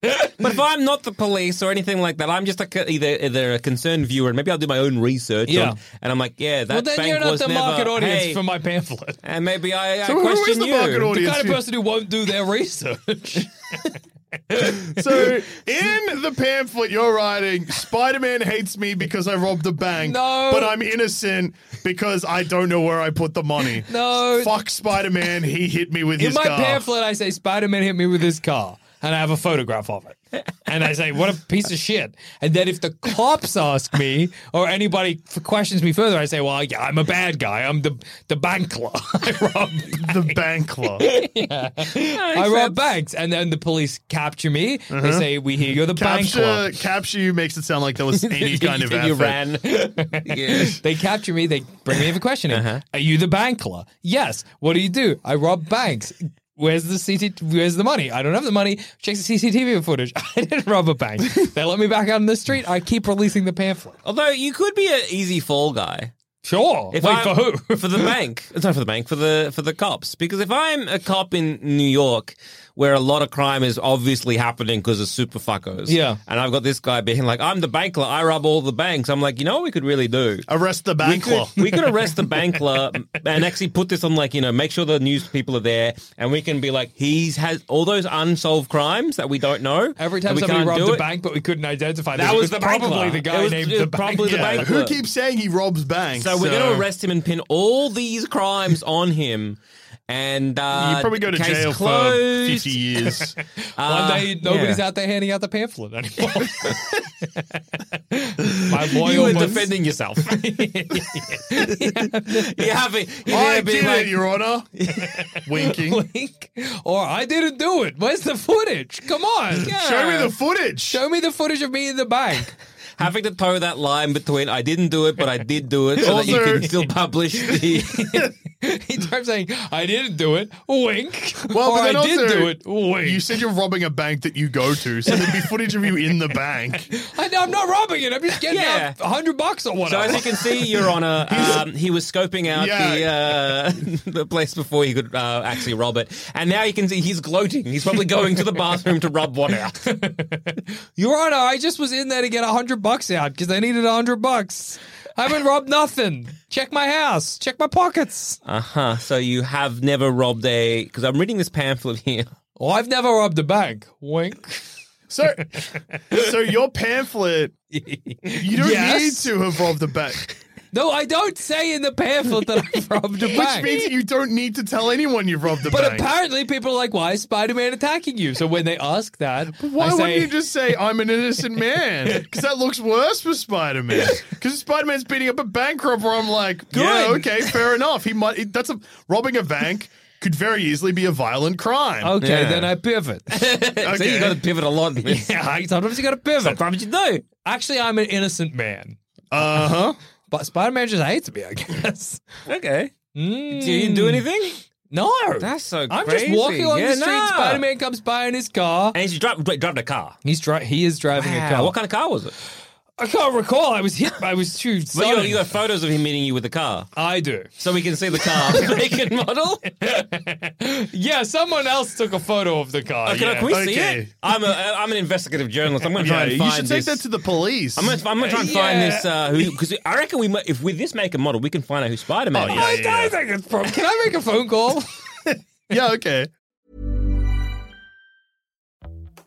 B: But if I'm not the police or anything like that, I'm just like a, either either a concerned viewer, and maybe I'll do my own research.
E: Yeah.
B: on- and I'm like, yeah, that
E: well, then
B: bank
E: you're not
B: was
E: the
B: never-
E: market audience
B: hey,
E: for my pamphlet.
B: And maybe I, I
D: So who is
B: question
D: the
B: you.
D: market
E: The
D: audience?
E: kind of person who won't do their research.
D: So in the pamphlet you're writing, Spider-Man hates me because I robbed the bank,
E: No.
D: but I'm innocent because I don't know where I put the money.
E: No.
D: fuck Spider-Man. He hit me with
E: In
D: his
E: my
D: car.
E: pamphlet, I say Spider Man hit me with his car, and I have a photograph of it. And I say, what a piece of shit. And then if the cops ask me or anybody f- questions me further, I say, well, yeah, I'm a bad guy. I'm the the banker. I rob,
D: The bank club.
E: I rob banks. And then the police capture me. They say, we hear you're the
D: Uh-huh. capture,
E: banker.
D: capture you makes it sound like there was any kind of
B: And you
D: effort.
B: ran. yeah. Uh-huh.
E: They capture me. They bring me in for questioning. Are you the banker? Yes. What do you do? I rob banks. Where's the CT? Where's the money? I don't have the money. Check the CCTV footage. I didn't rob a bank. they let me back out in the street. I keep releasing the pamphlet.
B: Although you could be an easy fall guy.
E: Sure.
B: If
E: Wait
B: I'm-
E: for who?
B: for the bank. It's not for the bank. For the for the cops. Because if I'm a cop in New York, where a lot of crime is obviously happening because of super fuckers.
E: Yeah.
B: And I've got this guy being like, I'm the banker. I rob all the banks. I'm like, you know what we could really do.
D: Arrest the
B: We
D: bank
B: could,
D: club.
B: we could arrest the bankler and actually put this on like you know make sure the news people are there and we can be like he's has all those unsolved crimes that we don't know
E: Every
B: and
E: time
B: we
E: somebody
B: can't
E: robbed
B: do
E: a
B: it.
E: bank, but we couldn't identify
B: That
E: them, it
B: was the bank
E: probably
B: line.
E: the
B: It
E: guy
B: was-
E: named
B: it
E: the
B: was
E: bank.
B: probably the
E: Yeah.
B: bank.
D: Who keeps saying he robs banks?
B: So Uh, we're going to arrest him and pin all these crimes on him. And uh,
D: You probably go to
B: case
D: jail
B: closed.
D: for 50 years.
E: One day, nobody's
B: Uh-huh. yeah.
E: out there handing out the pamphlet anymore. My
B: You
E: loyal
B: were
E: ones-
B: defending yourself. you have a, you
D: I
B: have a
D: did
B: like,
D: it, Your Honor. Winking.
E: Blink, or I didn't do it. Where's the footage? Come on.
D: Show me the footage.
E: Show me the footage of me in the bank.
B: having to toe that line between I didn't do it, but I did do it, so that you
D: Also-
B: can still publish the.
E: he kept saying, I didn't do it. Wink.
D: Well,
E: or
D: but then
E: I did
D: also,
E: do it. Wink.
D: You said you're robbing a bank that you go to, so there'd be footage of you in the bank.
E: I, I'm not robbing it. I'm just getting
B: Yeah.
E: out 100 bucks or
B: so
E: whatever.
B: as you can see, Your Honor, um, he was scoping out the uh, the place before he could uh, actually rob it, and now you can see he's gloating. He's probably going to the bathroom to rub one out.
E: Your Honor, I just was in there to get 100 bucks out because I needed 100 bucks. I haven't robbed nothing. Check my house. Check my pockets.
B: Uh huh. So you have never robbed a. Because I'm reading this pamphlet here.
E: Oh, I've never robbed a bank. Wink.
D: So, so your pamphlet, you don't
E: Yes.
D: need to have robbed a bank,
E: No, I don't say in the pamphlet that I've robbed a
D: which
E: bank.
D: means that you don't need to tell anyone you've robbed a
E: But
D: bank.
E: apparently, people are like, "Why is Spider-Man attacking you?" So when they ask that,
D: Why
E: I
D: wouldn't
E: say,
D: you just say I'm an innocent man? Because that looks worse for Spider-Man. Because Spider-Man's beating up a bank robber. I'm like, yeah,
E: Good.
D: okay, fair enough. He might. That's a robbing a bank could very easily be a violent crime.
E: "Okay,
B: Yeah.
E: then I pivot."
D: Okay.
B: So you got to pivot a lot. In this.
E: yeah, I- sometimes you got to pivot.
B: Sometimes you do.
E: Actually, I'm an innocent man,
D: uh huh.
E: but Spider-Man just hates me. I guess
B: Uh-huh.
E: Mm.
B: Okay. Did you do anything?
E: No.
B: That's so
E: I'm
B: crazy.
E: just walking on
B: Yeah,
E: the street.
B: no.
E: Spider Man comes by in his car.
B: And you dropped, dropped a car.
E: He's dri- he is driving a car.
B: What kind of car was it?
E: I can't recall. I was hit. I was too.
B: Well, you, got,
E: sudden.
B: you got photos of him meeting you with the car,
E: I do.
B: so we can see the car make and model.
E: Yeah, someone else took a photo of the car.
B: Uh, can, I-
E: yeah.
B: can we see
D: okay.
B: it? I'm, a, I'm an investigative journalist. I'm going to try
D: Yeah,
B: and
D: you
B: find
D: should
B: this.
D: take that to the police.
B: I'm gonna, I'm gonna try and find this uh, who because I reckon we mu- if with this make and model we can find out who Spider Man
D: Oh,
B: is.
D: yeah,
E: I
D: yeah, yeah.
E: don't think it's from. Can I make a phone call?
D: yeah, okay.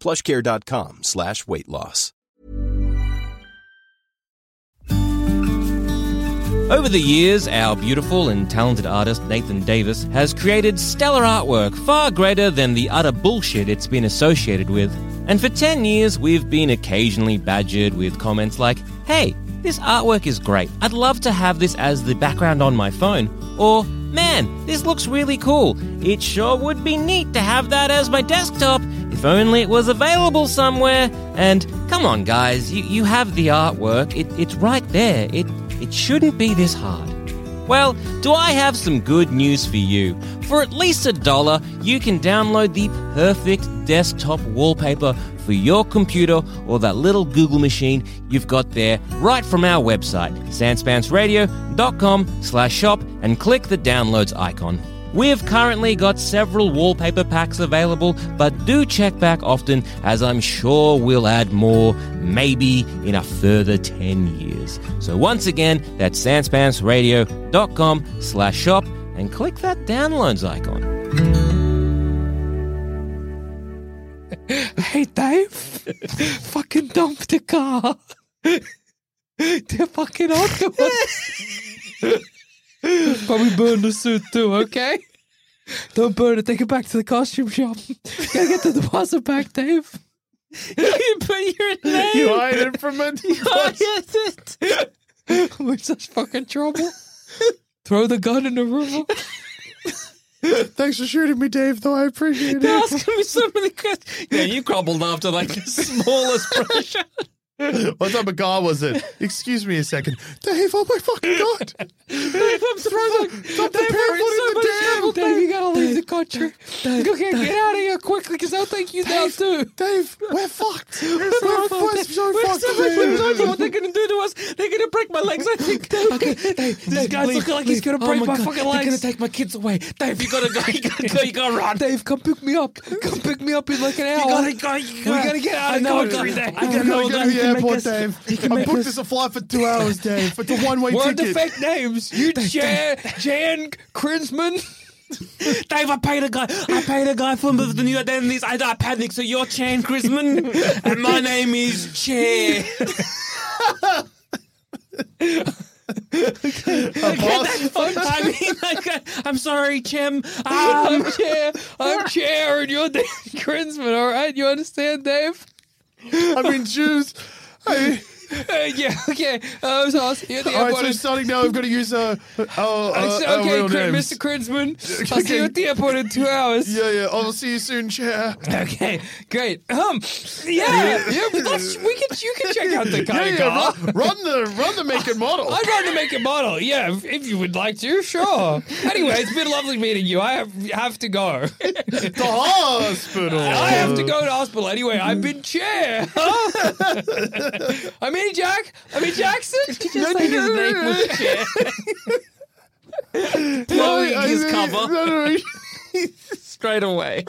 H: plushcare.com slash weight loss.
B: Over the years, our beautiful and talented artist Nathan Davis has created stellar artwork far greater than the utter bullshit it's been associated with. And for 10 years, we've been occasionally badgered with comments like, hey, this artwork is great. I'd love to have this as the background on my phone. Or, man, this looks really cool. It sure would be neat to have that as my desktop if only it was available somewhere. And come on, guys, you, you have the artwork. It, it's right there. It it shouldn't be this hard. Well, do I have some good news for you? For at least a dollar, you can download the perfect desktop wallpaper for your computer or that little Google machine you've got there right from our website, sanspansradio.com slash shop and click the downloads icon. We've currently got several wallpaper packs available, but do check back often as I'm sure we'll add more, maybe in a further 10 years. So once again, that's sanspantsradio.com slash shop and click that downloads icon.
E: hey, Dave. fucking dumped the car. They're fucking after us. but we burned the suit too, okay? Don't burn it. Take it back to the costume shop. Gotta get the deposit back, Dave. you put your name.
D: You hide it from it.
E: We're in such fucking trouble. Throw the gun in the river.
D: Thanks for shooting me, Dave, though. I appreciate it.
B: Asking me so many questions. Yeah, you crumbled after like the smallest pressure.
D: What type of car was it? Excuse me a second. Dave, oh my fucking God. Dave, I'm throwing the, the
E: Dave,
D: pamphlet in the dam.
E: Dave, you gotta leave the country. Go get, get out of here quickly, because I'll take you down too.
D: Dave, we're fucked. We're, fucked. so fucked.
B: what they're gonna do to us. They're gonna break my legs, I think.
E: Okay, Dave,
B: This
E: Dave,
B: guy's
E: leave,
B: looking like he's
E: leave.
B: gonna
E: Oh
B: break my
E: God,
B: fucking
E: They're gonna
B: legs.
E: take my kids away. Dave,
B: You gotta go, you gotta go, you gotta run.
E: Dave, come pick me up. Come pick me up in like an hour.
B: gotta go, you
E: we
B: gotta-
E: gotta get out
B: I
E: of
D: Oh,
B: know, I
E: country,
B: gotta-
E: Dave.
B: I gotta go
D: Go to the airport, Dave. I booked us a flight for two hours, Dave. It's a one-way
E: We're
D: ticket.
E: the fake names. You Jan, Jan Krinsman.
B: Dave, I paid a guy. I paid a guy for the new identities. I, I panicked. So you're Chan Chrisman, and my name is Chair. I mean, like, I'm sorry, Chem. Um,
E: I'm chair. I'm chair, and you're Dave Grinsman. All right, you understand, Dave?
D: I mean, Jews. I,
E: Uh, yeah. Okay. Uh, so I'll see you at the
D: all right,
E: airport.
D: so starting now, I've got to use uh, uh, uh,
E: I said,
D: uh,
E: okay,
D: real
E: Cri-
D: names.
E: Mr. Grinsman. I'll see
D: Okay.
E: you at the airport in two hours.
D: Yeah, yeah. I'll see you soon, chair.
E: Okay, great. Um, yeah, yeah, but that's we can you can check out the
D: Yeah,
E: kind
D: yeah. Run, run the run the make and model.
E: I'd rather make a model. Yeah, if, if you would like to, sure. Anyway, it's been lovely meeting you. I have, have to go.
D: the hospital.
E: I have to go to hospital anyway. I've been chair. I mean, Jack. I mean, Jackson. Did you just say his name was chair?
B: blowing his
D: I- I-
B: cover
D: No, no, no.
B: straight away.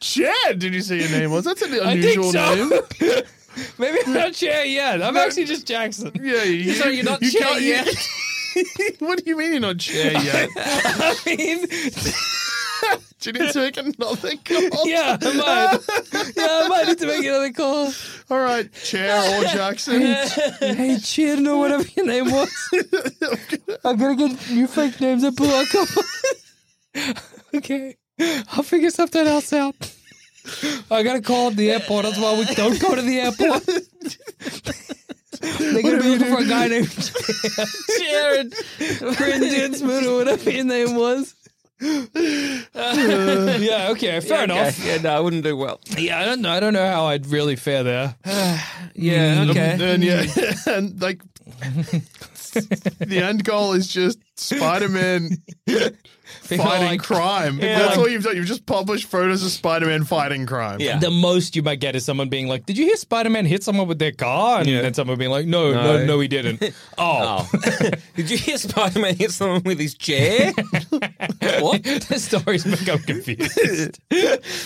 D: Chad, did you say your name was? That's an
E: I think
D: unusual name.
E: so. Maybe I'm not chair yet. I'm actually just Jackson.
D: Yeah, you,
E: So you're not
D: you
E: chair
D: can't- you-
E: yet.
D: what do you mean you're not chair yet?
E: I mean,
D: do you need to make another call?
E: yeah, I might. Yeah, I might need to make another call.
D: All right, chair or Jackson.
E: hey, Chin or whatever your name was. I'm gonna get new fake names and pull our cover. okay, I'll figure something else out. I gotta call the airport. That's why we don't go to the airport. They're gonna be looking for a guy named Jared Grinsman or whatever your name was. Uh, yeah. Okay. Fair enough.
B: Yeah, no, I wouldn't do well.
E: Yeah. I don't know. I don't know how I'd really fare there. Mm,
B: Yeah, okay.
D: And yeah, and like the end goal is just Spider-Man fighting
E: like-
D: crime.
E: Yeah,
D: That's
E: like-
D: all you've done. You've just published photos of Spider-Man fighting crime.
B: Yeah.
E: The most you might get is someone being like, "Did you hear Spider Man hit someone with their car?" And
B: Yeah.
E: then someone being like, "No, no,
B: No.
E: no, he didn't."
B: Oh.
E: oh,
B: Did you hear Spider Man hit someone with his chair? what?
E: the stories become confused.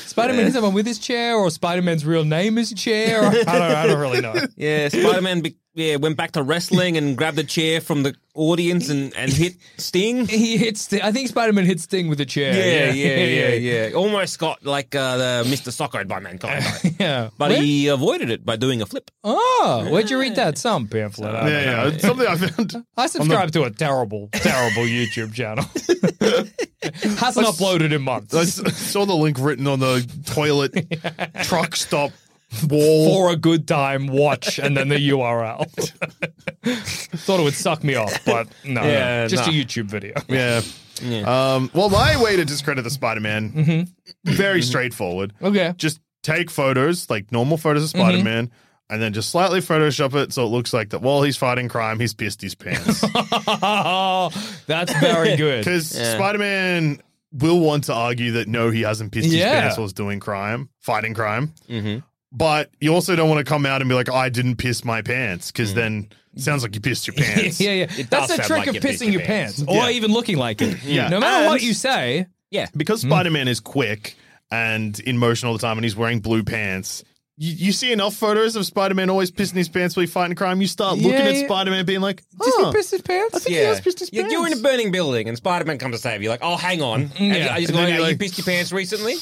E: Spider Man hit someone with his chair, or Spider Man's real name is Chair. I don't, I don't really know.
B: Yeah, Spider Man be- yeah, went back to wrestling and grabbed a chair from the audience and, and hit Sting.
E: He hits. Sti- I think Spider Man hits Sting with a chair.
B: Yeah, yeah, yeah, yeah. Almost got like uh, the Mr. Socko by mankind.
E: Yeah.
B: But
E: Where-
B: he avoided it by doing a flip.
E: Oh, where'd you read that? Some pamphlet.
D: Yeah,
E: I, don't know.
D: yeah. It's something I found.
E: I subscribe to a terrible, terrible YouTube channel. Hasn't uploaded in months.
D: I s- saw the link written on the toilet truck stop wall.
E: for a good time watch and then the URL. Thought it would suck me off, but no,
B: Yeah,
E: no. just
B: nah.
E: a YouTube video.
D: Yeah. Um, well, my way to discredit the Spider Man, very straightforward.
E: Okay.
D: Just take photos, like normal photos of
E: Mm-hmm.
D: Spider Man, and then just slightly Photoshop it so it looks like that while he's fighting crime, he's pissed his pants.
E: that's very good.
D: Because Spider Man will want to argue that no, he hasn't pissed his
E: Yeah.
D: pants while he's doing crime, fighting crime. But you also don't want to come out and be like, I didn't piss my pants, because then it sounds like you pissed your pants.
E: yeah, yeah. That's
B: does
E: the
B: sound
E: trick
B: like
E: of
B: you pissed
E: pissing
B: your
E: your
B: pants.
E: pants, or
D: Yeah.
E: even looking like it.
D: Yeah.
E: No matter what
D: And-
E: you say,
B: Yeah.
D: because Spider Man is quick and in motion all the time, and he's wearing blue pants. You, you see enough photos of Spider Man always pissing his pants while he's fighting crime. You start looking
E: Yeah,
D: at
E: yeah.
D: Spider Man, being like,
E: does
D: "Huh."
E: he piss his pants?
B: Yeah.
D: pissed his
B: You- You're in a
D: pants.
B: burning building and Spider Man comes to save you. Like, oh, hang on. Have you-
E: Yeah.
B: I just
D: And then
B: going,
D: you're
B: "Have you
D: like-
B: pissed your pants recently?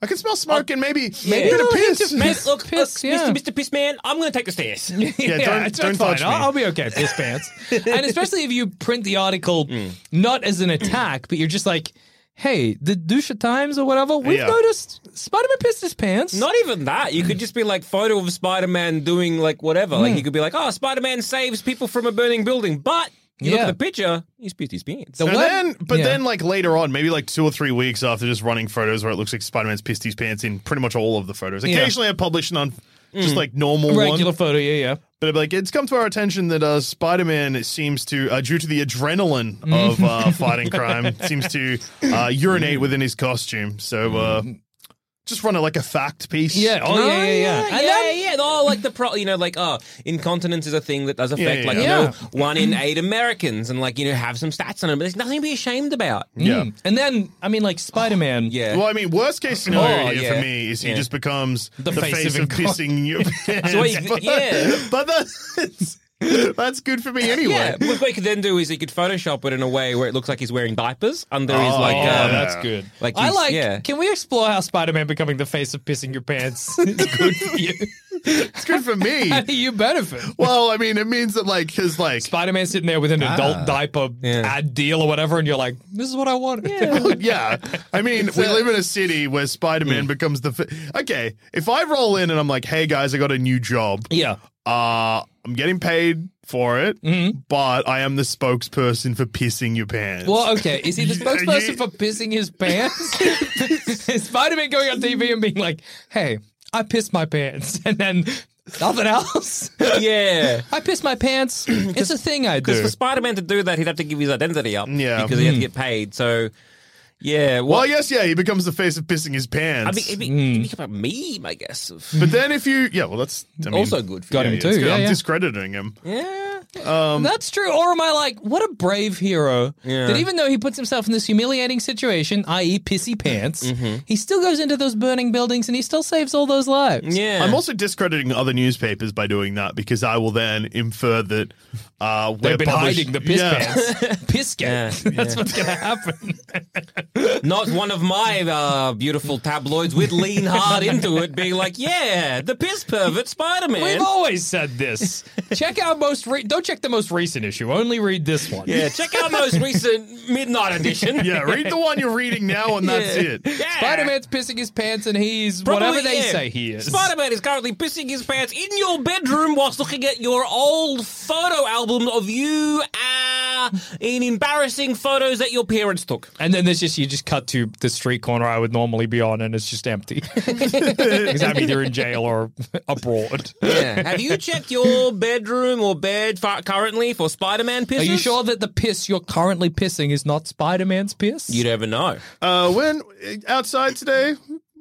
D: I can smell smoke and maybe
B: Maybe
D: maybe a bit of piss.
E: hint of
B: Mate, look,
E: piss,
B: look,
E: yeah.
B: Mr. Mr. Pissman, I'm going to take the stairs.
E: yeah,
D: don't-
E: it's
D: don't
E: fine.
D: touch me.
E: I'll, I'll be okay, piss pants. and especially if you print the article not as an attack, but you're just like, hey, the Dusha Times or whatever, we've
D: Yeah.
E: noticed Spider Man pissed his pants.
B: Not even that. You could just be like photo of Spider Man doing like whatever. Like you could be like, oh, Spider Man saves people from a burning building, but you look
E: Yeah.
B: at the picture, he's pissed his pants.
E: The
D: And
E: web-
D: then, but
E: yeah.
D: then, like later on, maybe like two or three weeks after just running photos where it looks like Spider Man's pissed his pants in pretty much all of the photos.
E: Yeah.
D: Occasionally, I publish an on just like normal
E: regular
D: one,
E: photo, yeah, yeah.
D: but I'd be like it's come to our attention that uh, Spider Man seems to, uh, due to the adrenaline
B: Mm-hmm.
D: of uh, fighting crime, seems to uh, urinate within his costume. So uh, just run it like a fact piece.
E: Yeah, oh, yeah, yeah, yeah.
B: Mm-hmm. yeah,
E: And
B: yeah,
E: then-
B: yeah. Oh, like the pro, you know, like oh, incontinence is a thing that does affect,
D: yeah,
B: like
D: yeah.
B: you know,
E: Yeah.
B: one in eight Americans, and like you know, have some stats on it. But there's nothing to be ashamed about.
D: yeah.
E: Mm. And then, I mean, like Spider Man.
B: Yeah.
D: Well, I mean, worst case
B: Oh,
D: scenario here
B: yeah.
D: for me is he
B: Yeah.
D: just becomes the,
E: The
D: face,
E: face
D: of,
E: of God.
D: pissing your pants.
B: what you-
D: but,
B: yeah.
D: but that's That's good for me anyway.
B: Yeah, what we could then do is he could Photoshop it in a way where it looks like he's wearing diapers under his like.
E: Oh, yeah,
B: um,
E: that's good.
B: like
E: I
B: he's-
E: like.
B: yeah.
E: Can we explore how Spider-Man becoming the face of pissing your pants is good for you?
D: It's good for me.
E: How do you benefit?
D: Well, I mean, it means that like his like
E: Spider-Man sitting there with an
D: Ah.
E: adult diaper
B: Yeah.
E: ad deal or whatever, and you're like, "This is what I want."
D: yeah. I mean, we live in a city where Spider Man becomes the. Fi- okay, if I roll in and I'm like, "Hey guys, I got a new job.
E: yeah.
D: Uh, I'm getting paid for it,
E: Mm-hmm.
D: but I am the spokesperson for pissing your pants."
E: Well, okay. Is he the
D: Yeah,
E: spokesperson
D: you-
E: for pissing his pants? Is Spider-Man going on TV and being like, "Hey, I pissed my pants," and then nothing else.
B: yeah.
E: I pissed my pants. It's a thing I
B: Because
E: do.
B: for Spider Man to do that, he'd have to give his identity up.
D: Yeah. Hmm.
B: Because he had to get paid. So, yeah. Well,
D: Well, yes, yeah, he becomes the face of pissing his
B: I
D: pants.
B: mean, it'd be, it'd become a meme, I guess. of-
D: but then if you, yeah, well, that's I mean,
B: also good for
E: Got
B: you.
E: him too.
D: it's good.
E: Yeah,
D: I'm
E: yeah.
D: discrediting him.
B: Yeah.
E: That's true. Or am I like, what a brave hero
B: Yeah.
E: that even though he puts himself in this humiliating situation, i.e., pissy pants,
B: Mm-hmm.
E: he still goes into those burning buildings and he still saves all those lives.
B: Yeah.
D: I'm also discrediting other newspapers by doing that because I will then infer that uh, we're
E: They've been
D: publish-
E: hiding the piss
D: Yeah.
E: pants. piss
B: Yeah,
E: That's what's going to happen.
B: Not one of my uh, beautiful tabloids with lean hard into it, being like, yeah, the piss pervert Spider Man.
E: We've always said this. check our most re- don't check the most recent issue. Only read this one.
B: Yeah, check out most recent midnight edition.
D: Yeah, read the one you're reading now, and that's
B: Yeah.
D: it.
B: Yeah.
E: Spider-Man's pissing his pants and he's
B: Probably,
E: whatever they
B: yeah.
E: say he is.
B: Spider-Man is currently pissing his pants in your bedroom whilst looking at your old photo album of you uh, in embarrassing photos that your parents took.
E: And then there's just you just cut to the street corner I would normally be on, and it's just empty. Because I'm either in jail or abroad.
B: Have you checked your bedroom or bed for, currently for Spider-Man pisses?
E: Are you sure that the piss you're currently pissing is not Spider-Man's piss?
B: You never know.
D: Uh, when outside today,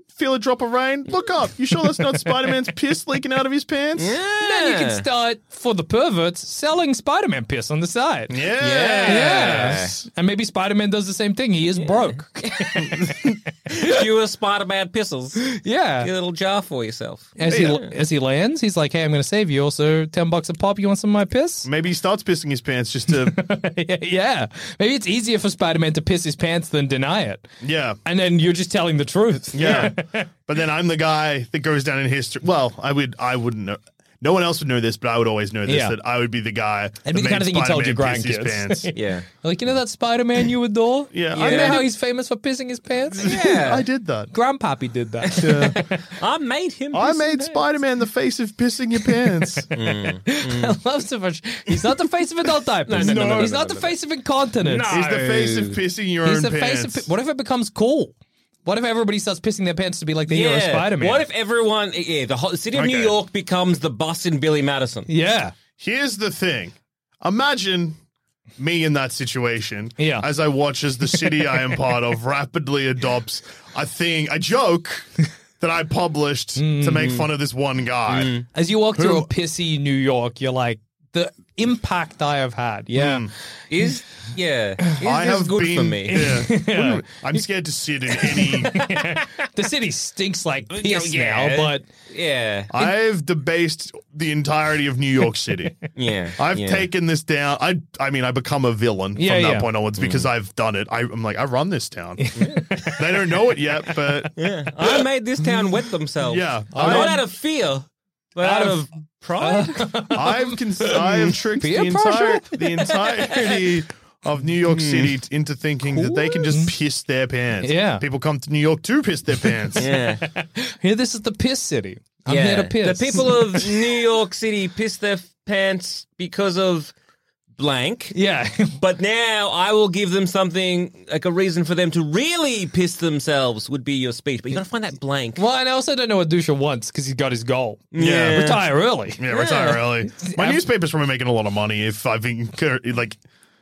D: feel a drop of rain. Look up. You sure that's not Spider Man's piss leaking out of his pants? Yeah.
E: Then you can start for the perverts selling Spider-Man piss on the side.
D: Yes.
E: And maybe Spider-Man does the same thing. He is broke.
B: Fewer Spider-Man pisses.
E: yeah.
B: Your little jar for yourself.
E: As he as he lands, he's like, "Hey, I'm going to save you. Also, ten bucks a pop. You want some of my piss?
D: Maybe he starts pissing his pants just to.
E: yeah. Maybe it's easier for Spider-Man to piss his pants than deny it.
D: yeah.
E: And then you're just telling the truth.
D: Yeah. but then I'm the guy that goes down in history. Well, I would. I wouldn't know. No one else would know this, but I would always know this
E: Yeah.
D: that I would be the guy. that
E: be the
D: made
E: kind of thing you told your
D: Spider-Man piss
E: grandkids.
D: his pants.
B: Yeah.
E: Like, you know that Spider Man you adore?
D: Yeah,
E: You
D: I
E: know
D: made
E: how
D: it-
E: he's famous for pissing his pants?
D: I did that.
E: Grandpappy did that.
B: I made him.
D: I
B: piss
D: made
B: his
D: Spider Man the face of pissing your pants.
E: I love so much. He's not the face of adult diapers.
B: No, no, no, no,
E: He's
B: no,
E: not
B: no,
E: the face of incontinence.
D: He's the face of pissing your
E: He's
D: own
E: the
D: pants.
E: face of. What if it becomes cool? What if everybody starts pissing their pants to be like the hero Spider Man?
B: What if everyone? Yeah, the, ho- the city of New
D: Okay.
B: York becomes the bus in Billy Madison.
E: Yeah.
D: Here's the thing. Imagine me in that situation.
E: Yeah.
D: As I watch as the city I am part of rapidly adopts a thing, a joke that I published to make
B: Mm.
D: fun of this one guy.
E: As you walk through
D: Who-
E: a pissy New York, you're like, the impact I have had. Yeah.
D: Hmm.
B: Is yeah, is
D: Mm. I
B: this
D: have
B: good
D: been,
B: for me?
D: Yeah. I'm scared to sit in any.
E: The city stinks like
B: Yeah,
E: piss
B: yeah.
E: now, but
B: Yeah,
D: I've debased the entirety of New York City.
B: yeah.
D: I've
B: yeah.
D: taken this down. I I mean, I become a villain
E: Yeah,
D: from that
E: yeah.
D: point
B: Mm.
D: onwards because I've done it. I, I'm like, I run this town. they don't know it yet, but
B: Yeah. I made this town wet themselves.
D: Yeah.
B: not
D: I'm-
B: out of fear, but out,
E: Out
B: of,
E: of-
B: pride.
D: I've cons- I have tricked
E: Peer
D: the entire
E: pressure?
D: the entirety of New York
E: Hmm.
D: City t- into thinking that they can just piss their pants.
E: Yeah.
D: people come to New York to piss their pants.
B: yeah,
E: here, this is the piss city. I'm here to piss.
B: The people of New York City piss their f- pants because of blank.
E: Yeah.
B: But now I will give them something like a reason for them to really piss themselves would be your speech. But you gotta find that blank.
E: Well, and I also don't know what Dusha wants because he's got his goal.
B: Yeah.
E: Retire early.
D: Yeah, retire early. My newspaper's probably making a lot of money if I've incur- like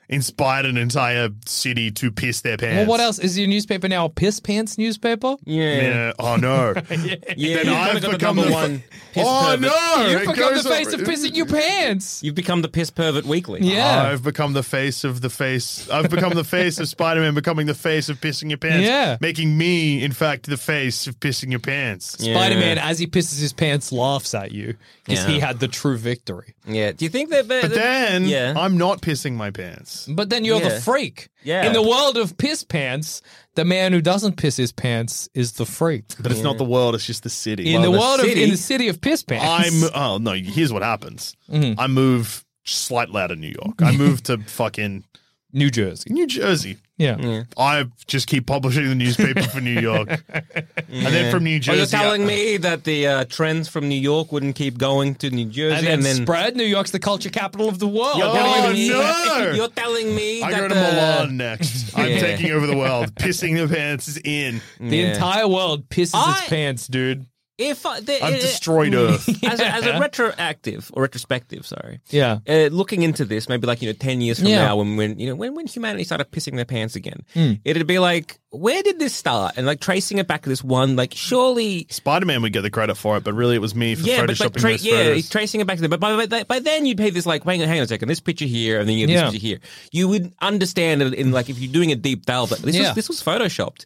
D: inspired an entire city to piss their pants.
E: Well, what else is your newspaper now? A piss pants newspaper?
G: Yeah.
D: Yeah, Oh no!
G: Yeah,
D: Then
G: you've
D: I've
G: kinda got the
D: become
G: number
D: the
G: one piss
D: Oh
G: pervert.
D: no!
E: You've
D: It
E: become the
D: goes
E: face
D: over-
E: of pissing your pants.
G: You've become the piss pervert weekly.
E: Yeah.
D: I've become the face of the face. I've become the face of Spider-Man, becoming the face of pissing your pants.
E: Yeah.
D: making me, in fact, the face of pissing your pants.
G: Yeah.
E: Spider Man, as he pisses his pants, laughs at you because he
G: Yeah. Mm.
E: had the true victory.
G: Yeah. Do you think that?
D: But then
G: yeah.
D: I'm not pissing my pants.
E: But then you're the
G: Yeah.
E: freak.
G: Yeah.
E: In the world of piss pants, the man who doesn't piss his pants is the freak.
D: But it's not the world; it's just the city.
E: In the
G: the
E: world of
G: city-
E: in the city of piss pants,
D: I'm. Oh no! Here's what happens.
E: Mm-hmm.
D: I move slightly out of New York. I move to fucking
E: New Jersey.
D: New Jersey.
E: Yeah.
D: I just keep publishing the newspaper for New York, and then
E: Oh,
D: from New
G: Are
D: Jersey.
G: you telling
D: I-
G: me that the uh, trends from New York wouldn't keep going to New Jersey
E: And then, spread. New York's the culture capital of the world.
D: Yo,
E: What do you
D: Oh,
E: mean?
D: no!
G: You're telling me
D: I
G: that
D: go to
G: the-
D: Milan next. I'm
G: Yeah.
D: taking over the world. Pissing the pants is in.
E: The
G: Yeah.
E: entire world pisses
G: I-
E: its pants, dude.
G: If I, the,
D: I've
B: uh,
G: it-
D: destroyed Earth.
G: as, a, as a retroactive or retrospective, sorry.
E: Yeah.
G: Uh, looking into this, maybe like you know, ten years from
E: Yeah.
G: now, when when you know when when humanity started pissing their pants again, it'd be like, where did this start? And like tracing it back to this one, like surely
D: Spider Man would get the credit for it, but really it was me for
G: yeah, but,
D: photoshopping
G: but tra-
D: those
G: yeah,
D: photos.
G: he's tracing it back to them. But by, by, by then you'd pay this like, hang on, hang on a second, this picture here, and then you have
E: Yeah.
G: this picture here. You would understand it in like if you're doing a deep delve, like this
E: Yeah.
G: was this was photoshopped.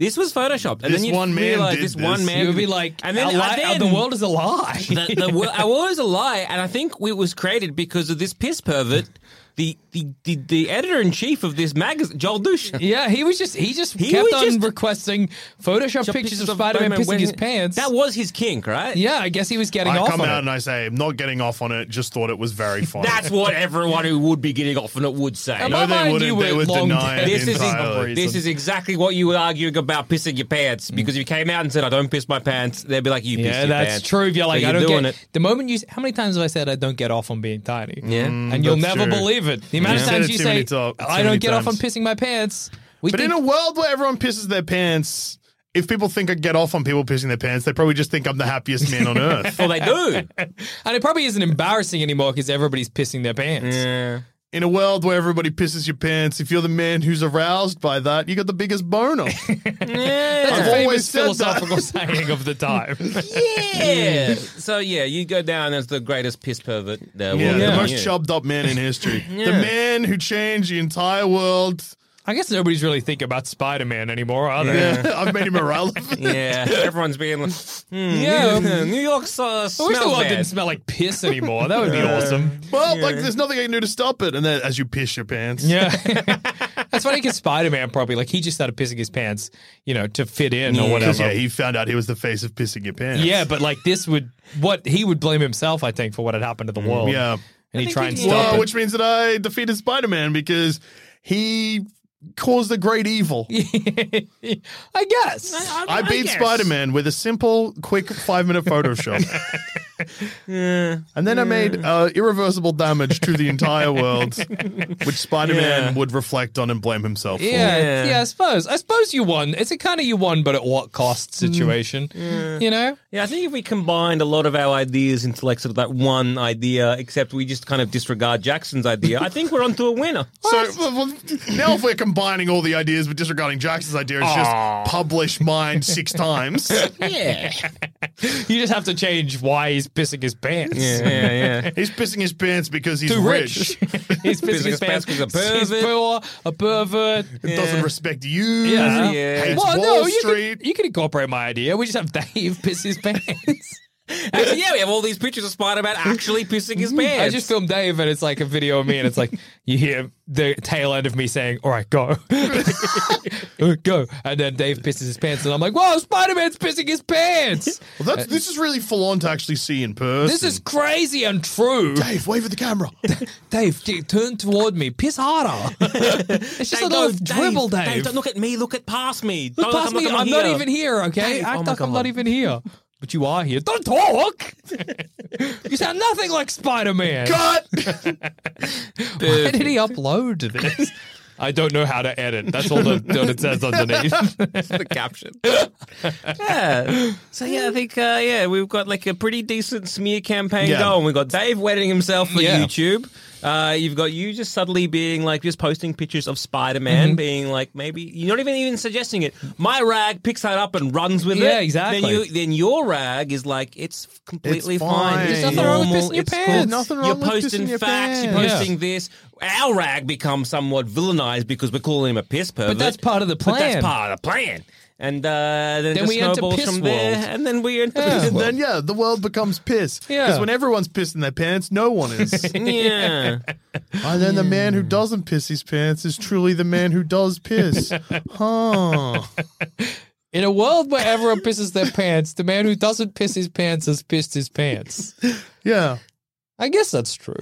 G: This was photoshopped, and
D: This
G: then you'd
D: one man
G: realize
D: did
G: this,
D: this.
G: one man.
E: You would be like,
G: and then,
E: "Our li-
G: and then
E: our- the world is a lie.
G: the, the world, our world is a lie, and I think it was created because of this piss pervert, the the the, the editor in chief of this magazine, Joel Douche.
E: yeah, he was just he just
G: He
E: kept
G: was
E: on
G: just-
E: requesting Photoshop pictures of Spider-Man pissing his pants.
G: That was his kink, right?
E: yeah, I guess he was getting
D: I
E: off
D: come
E: on
D: out
E: it.
D: and I say, I'm not getting off on it, just thought it was very funny.
G: That's what everyone who would be getting off on it would say.
E: Am
D: no,
E: I
D: they
E: mind
D: wouldn't.
E: you,
D: They
E: it
D: would
E: long
D: deny
E: day.
D: it
G: this is
D: entirely.
G: this is exactly what you were arguing about pissing your pants because if you came out and said I don't piss my pants, they'd be like you. piss
E: Yeah,
G: your
E: that's
G: pants.
E: true. If you're
G: So
E: like, I don't
G: doing
E: get
G: it.
E: the moment you. How many times have I said I don't get off on being tiny?
G: Yeah.
E: and you'll
D: that's
E: never
D: true.
E: believe it. The amount
D: Yeah.
E: of
D: Said
E: times
D: it
E: you
D: too many
E: say
D: to- too
E: I don't
D: many
E: get off on
D: times.
E: pissing my pants. We
D: But
E: think-
D: in a world where everyone pisses their pants, if people think I get off on people pissing their pants, they probably just think I'm the happiest man on earth.
G: Well, they do.
E: and it probably isn't embarrassing anymore because everybody's pissing their pants.
D: In a world where everybody pisses your pants, if you're the man who's aroused by that, you got the biggest boner.
E: That's
D: I've
E: a
D: always
E: famous
D: said that.
E: philosophical saying of the time.
G: yeah. so yeah, you go down as the greatest piss pervert. Uh, yeah,
D: Yeah, the most chubbed up man in history. The man who changed the entire world.
E: I guess nobody's really thinking about Spider Man anymore, are they?
D: Yeah, I've made him irrelevant.
G: Yeah, everyone's being like, hmm,
E: Yeah.
G: New, New York's uh,
E: I wish
G: smells
E: the world
G: bad.
E: didn't smell like piss anymore. That would be awesome.
D: Well, like there's nothing I can do to stop it. And then as you piss your pants,
E: Yeah. That's funny because Spider Man probably, like, he just started pissing his pants, you know, to fit in or
D: Because,
E: whatever.
D: yeah, he found out he was the face of pissing your pants.
E: Yeah, but, like, this would, what, he would blame himself, I think, for what had happened to
G: Mm-hmm.
E: the world.
D: yeah.
E: And
G: I
E: he
G: think
E: tried and
G: he-
E: stop
D: Well,
E: it.
D: which means that I defeated Spider Man because he caused the great evil.
E: I guess.
D: I beat Spider Man with a simple, quick five minute Photoshop. And then I made uh, irreversible damage to the entire world, which Spider Man would reflect on and blame himself for.
E: Yeah,
G: Yeah.
E: yeah, I suppose. I suppose you won. It's a kind of you won, but at what cost situation, you know?
G: Mm. Yeah, I think if we combined a lot of our ideas into like sort of that one idea, except we just kind of disregard Jackson's idea, I think we're onto a winner.
D: So well, now, if we're combining all the ideas but disregarding Jackson's idea, it's just publish mine six times.
G: Yeah.
E: You just have to change why he's pissing his pants.
G: yeah, yeah.
D: He's pissing his pants because he's
E: Too
D: rich.
E: rich. he's pissing his
G: his pants
E: pants
G: 'cause he's a
E: He's
G: pervert.
E: poor, a pervert.
D: It doesn't respect you.
E: Yeah.
D: Hates
E: Well,
D: Wall
E: no, you
D: Street.
E: Can, you can incorporate my idea. We just have Dave piss his pants.
G: Actually, yeah, we have all these pictures of Spider Man actually pissing his pants.
E: I just filmed Dave, and it's like a video of me, and it's like you hear the tail end of me saying, "All right, go, Uh, go," and then Dave pisses his pants, and I'm like, "Whoa, Spider Man's pissing his pants!
D: Well, that's, this is really full on to actually see in person.
E: This is crazy and true."
D: Dave, wave at the camera.
E: Dave, d- turn toward me. Piss harder. it's just a little dribble, Dave.
G: don't look at me, look at past me.
E: Look
G: Don't
E: past
G: like
E: me. I'm not even here, okay?
G: Dave,
E: Act
G: oh my
E: like I'm
G: God.
E: not even here. But you are here. Don't talk. you sound nothing like Spider Man.
D: Cut!
E: Why did he upload this? I don't know how to edit. That's all that, that it says underneath.
G: the caption. yeah. So yeah, I think uh, yeah, we've got like a pretty decent smear campaign
D: Yeah.
G: going. We've got Dave wetting himself for
E: Yeah.
G: YouTube.
B: Uh, you've got you just subtly being like just posting pictures of Spider Man,
E: Mm-hmm.
B: being like maybe you're not even even suggesting it. My rag picks that up and runs with it.
E: Yeah, exactly.
B: Then, you, then your rag is like it's completely
D: It's
B: fine.
D: fine.
B: It's
D: There's nothing wrong
E: with
B: normal,
E: pissing your
B: it's
E: pants.
B: cool.
E: There's nothing
D: wrong
B: you're
D: with
B: posting
D: pissing your
B: facts. You're
E: pants.
B: posting this. Our rag becomes somewhat villainized because we're calling him a piss pervert.
E: that's part of the
B: But that's
E: plan.
B: part of the plan. And uh, then, it just
E: we enter
B: snowballs
E: piss
B: from there,
E: world.
B: and then we enter
E: Yeah.
B: piss
D: And
B: world.
D: then yeah, the world becomes piss.
E: Yeah.
D: Because when everyone's pissed in their pants, no one is.
B: yeah.
D: And then the man who doesn't piss his pants is truly the man who does piss. huh.
E: In a world where everyone pisses their pants, the man who doesn't piss his pants has pissed his pants.
D: Yeah.
E: I guess that's true.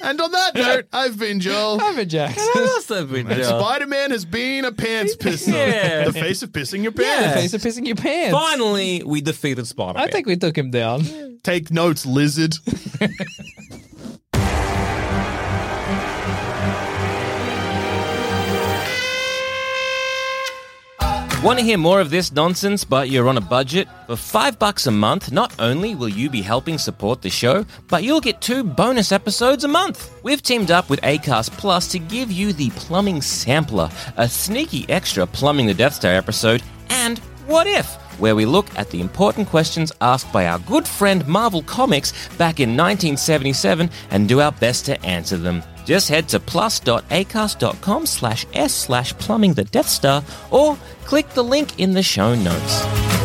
D: And on that note, I've been Joel.
E: Have it,
B: That
E: Jackson.
B: must have been
D: And
B: Joel.
D: Spider Man has been a pants pisser.
B: Yeah.
D: The face of pissing your
B: Yeah.
D: pants.
E: Face of pissing your pants.
B: Finally, we defeated Spider Man.
E: I think we took him down.
D: Take notes, lizard.
B: Want to hear more of this nonsense, but you're on a budget? For five bucks a month, not only will you be helping support the show, but you'll get two bonus episodes a month. We've teamed up with Acast Plus to give you the Plumbing Sampler, a sneaky extra Plumbing the Death Star episode, and What If? Where we look at the important questions asked by our good friend Marvel Comics back in 1977 and do our best to answer them. Just head to plus.acast.com slash s slash plumbing the Death Star or click the link in the show notes.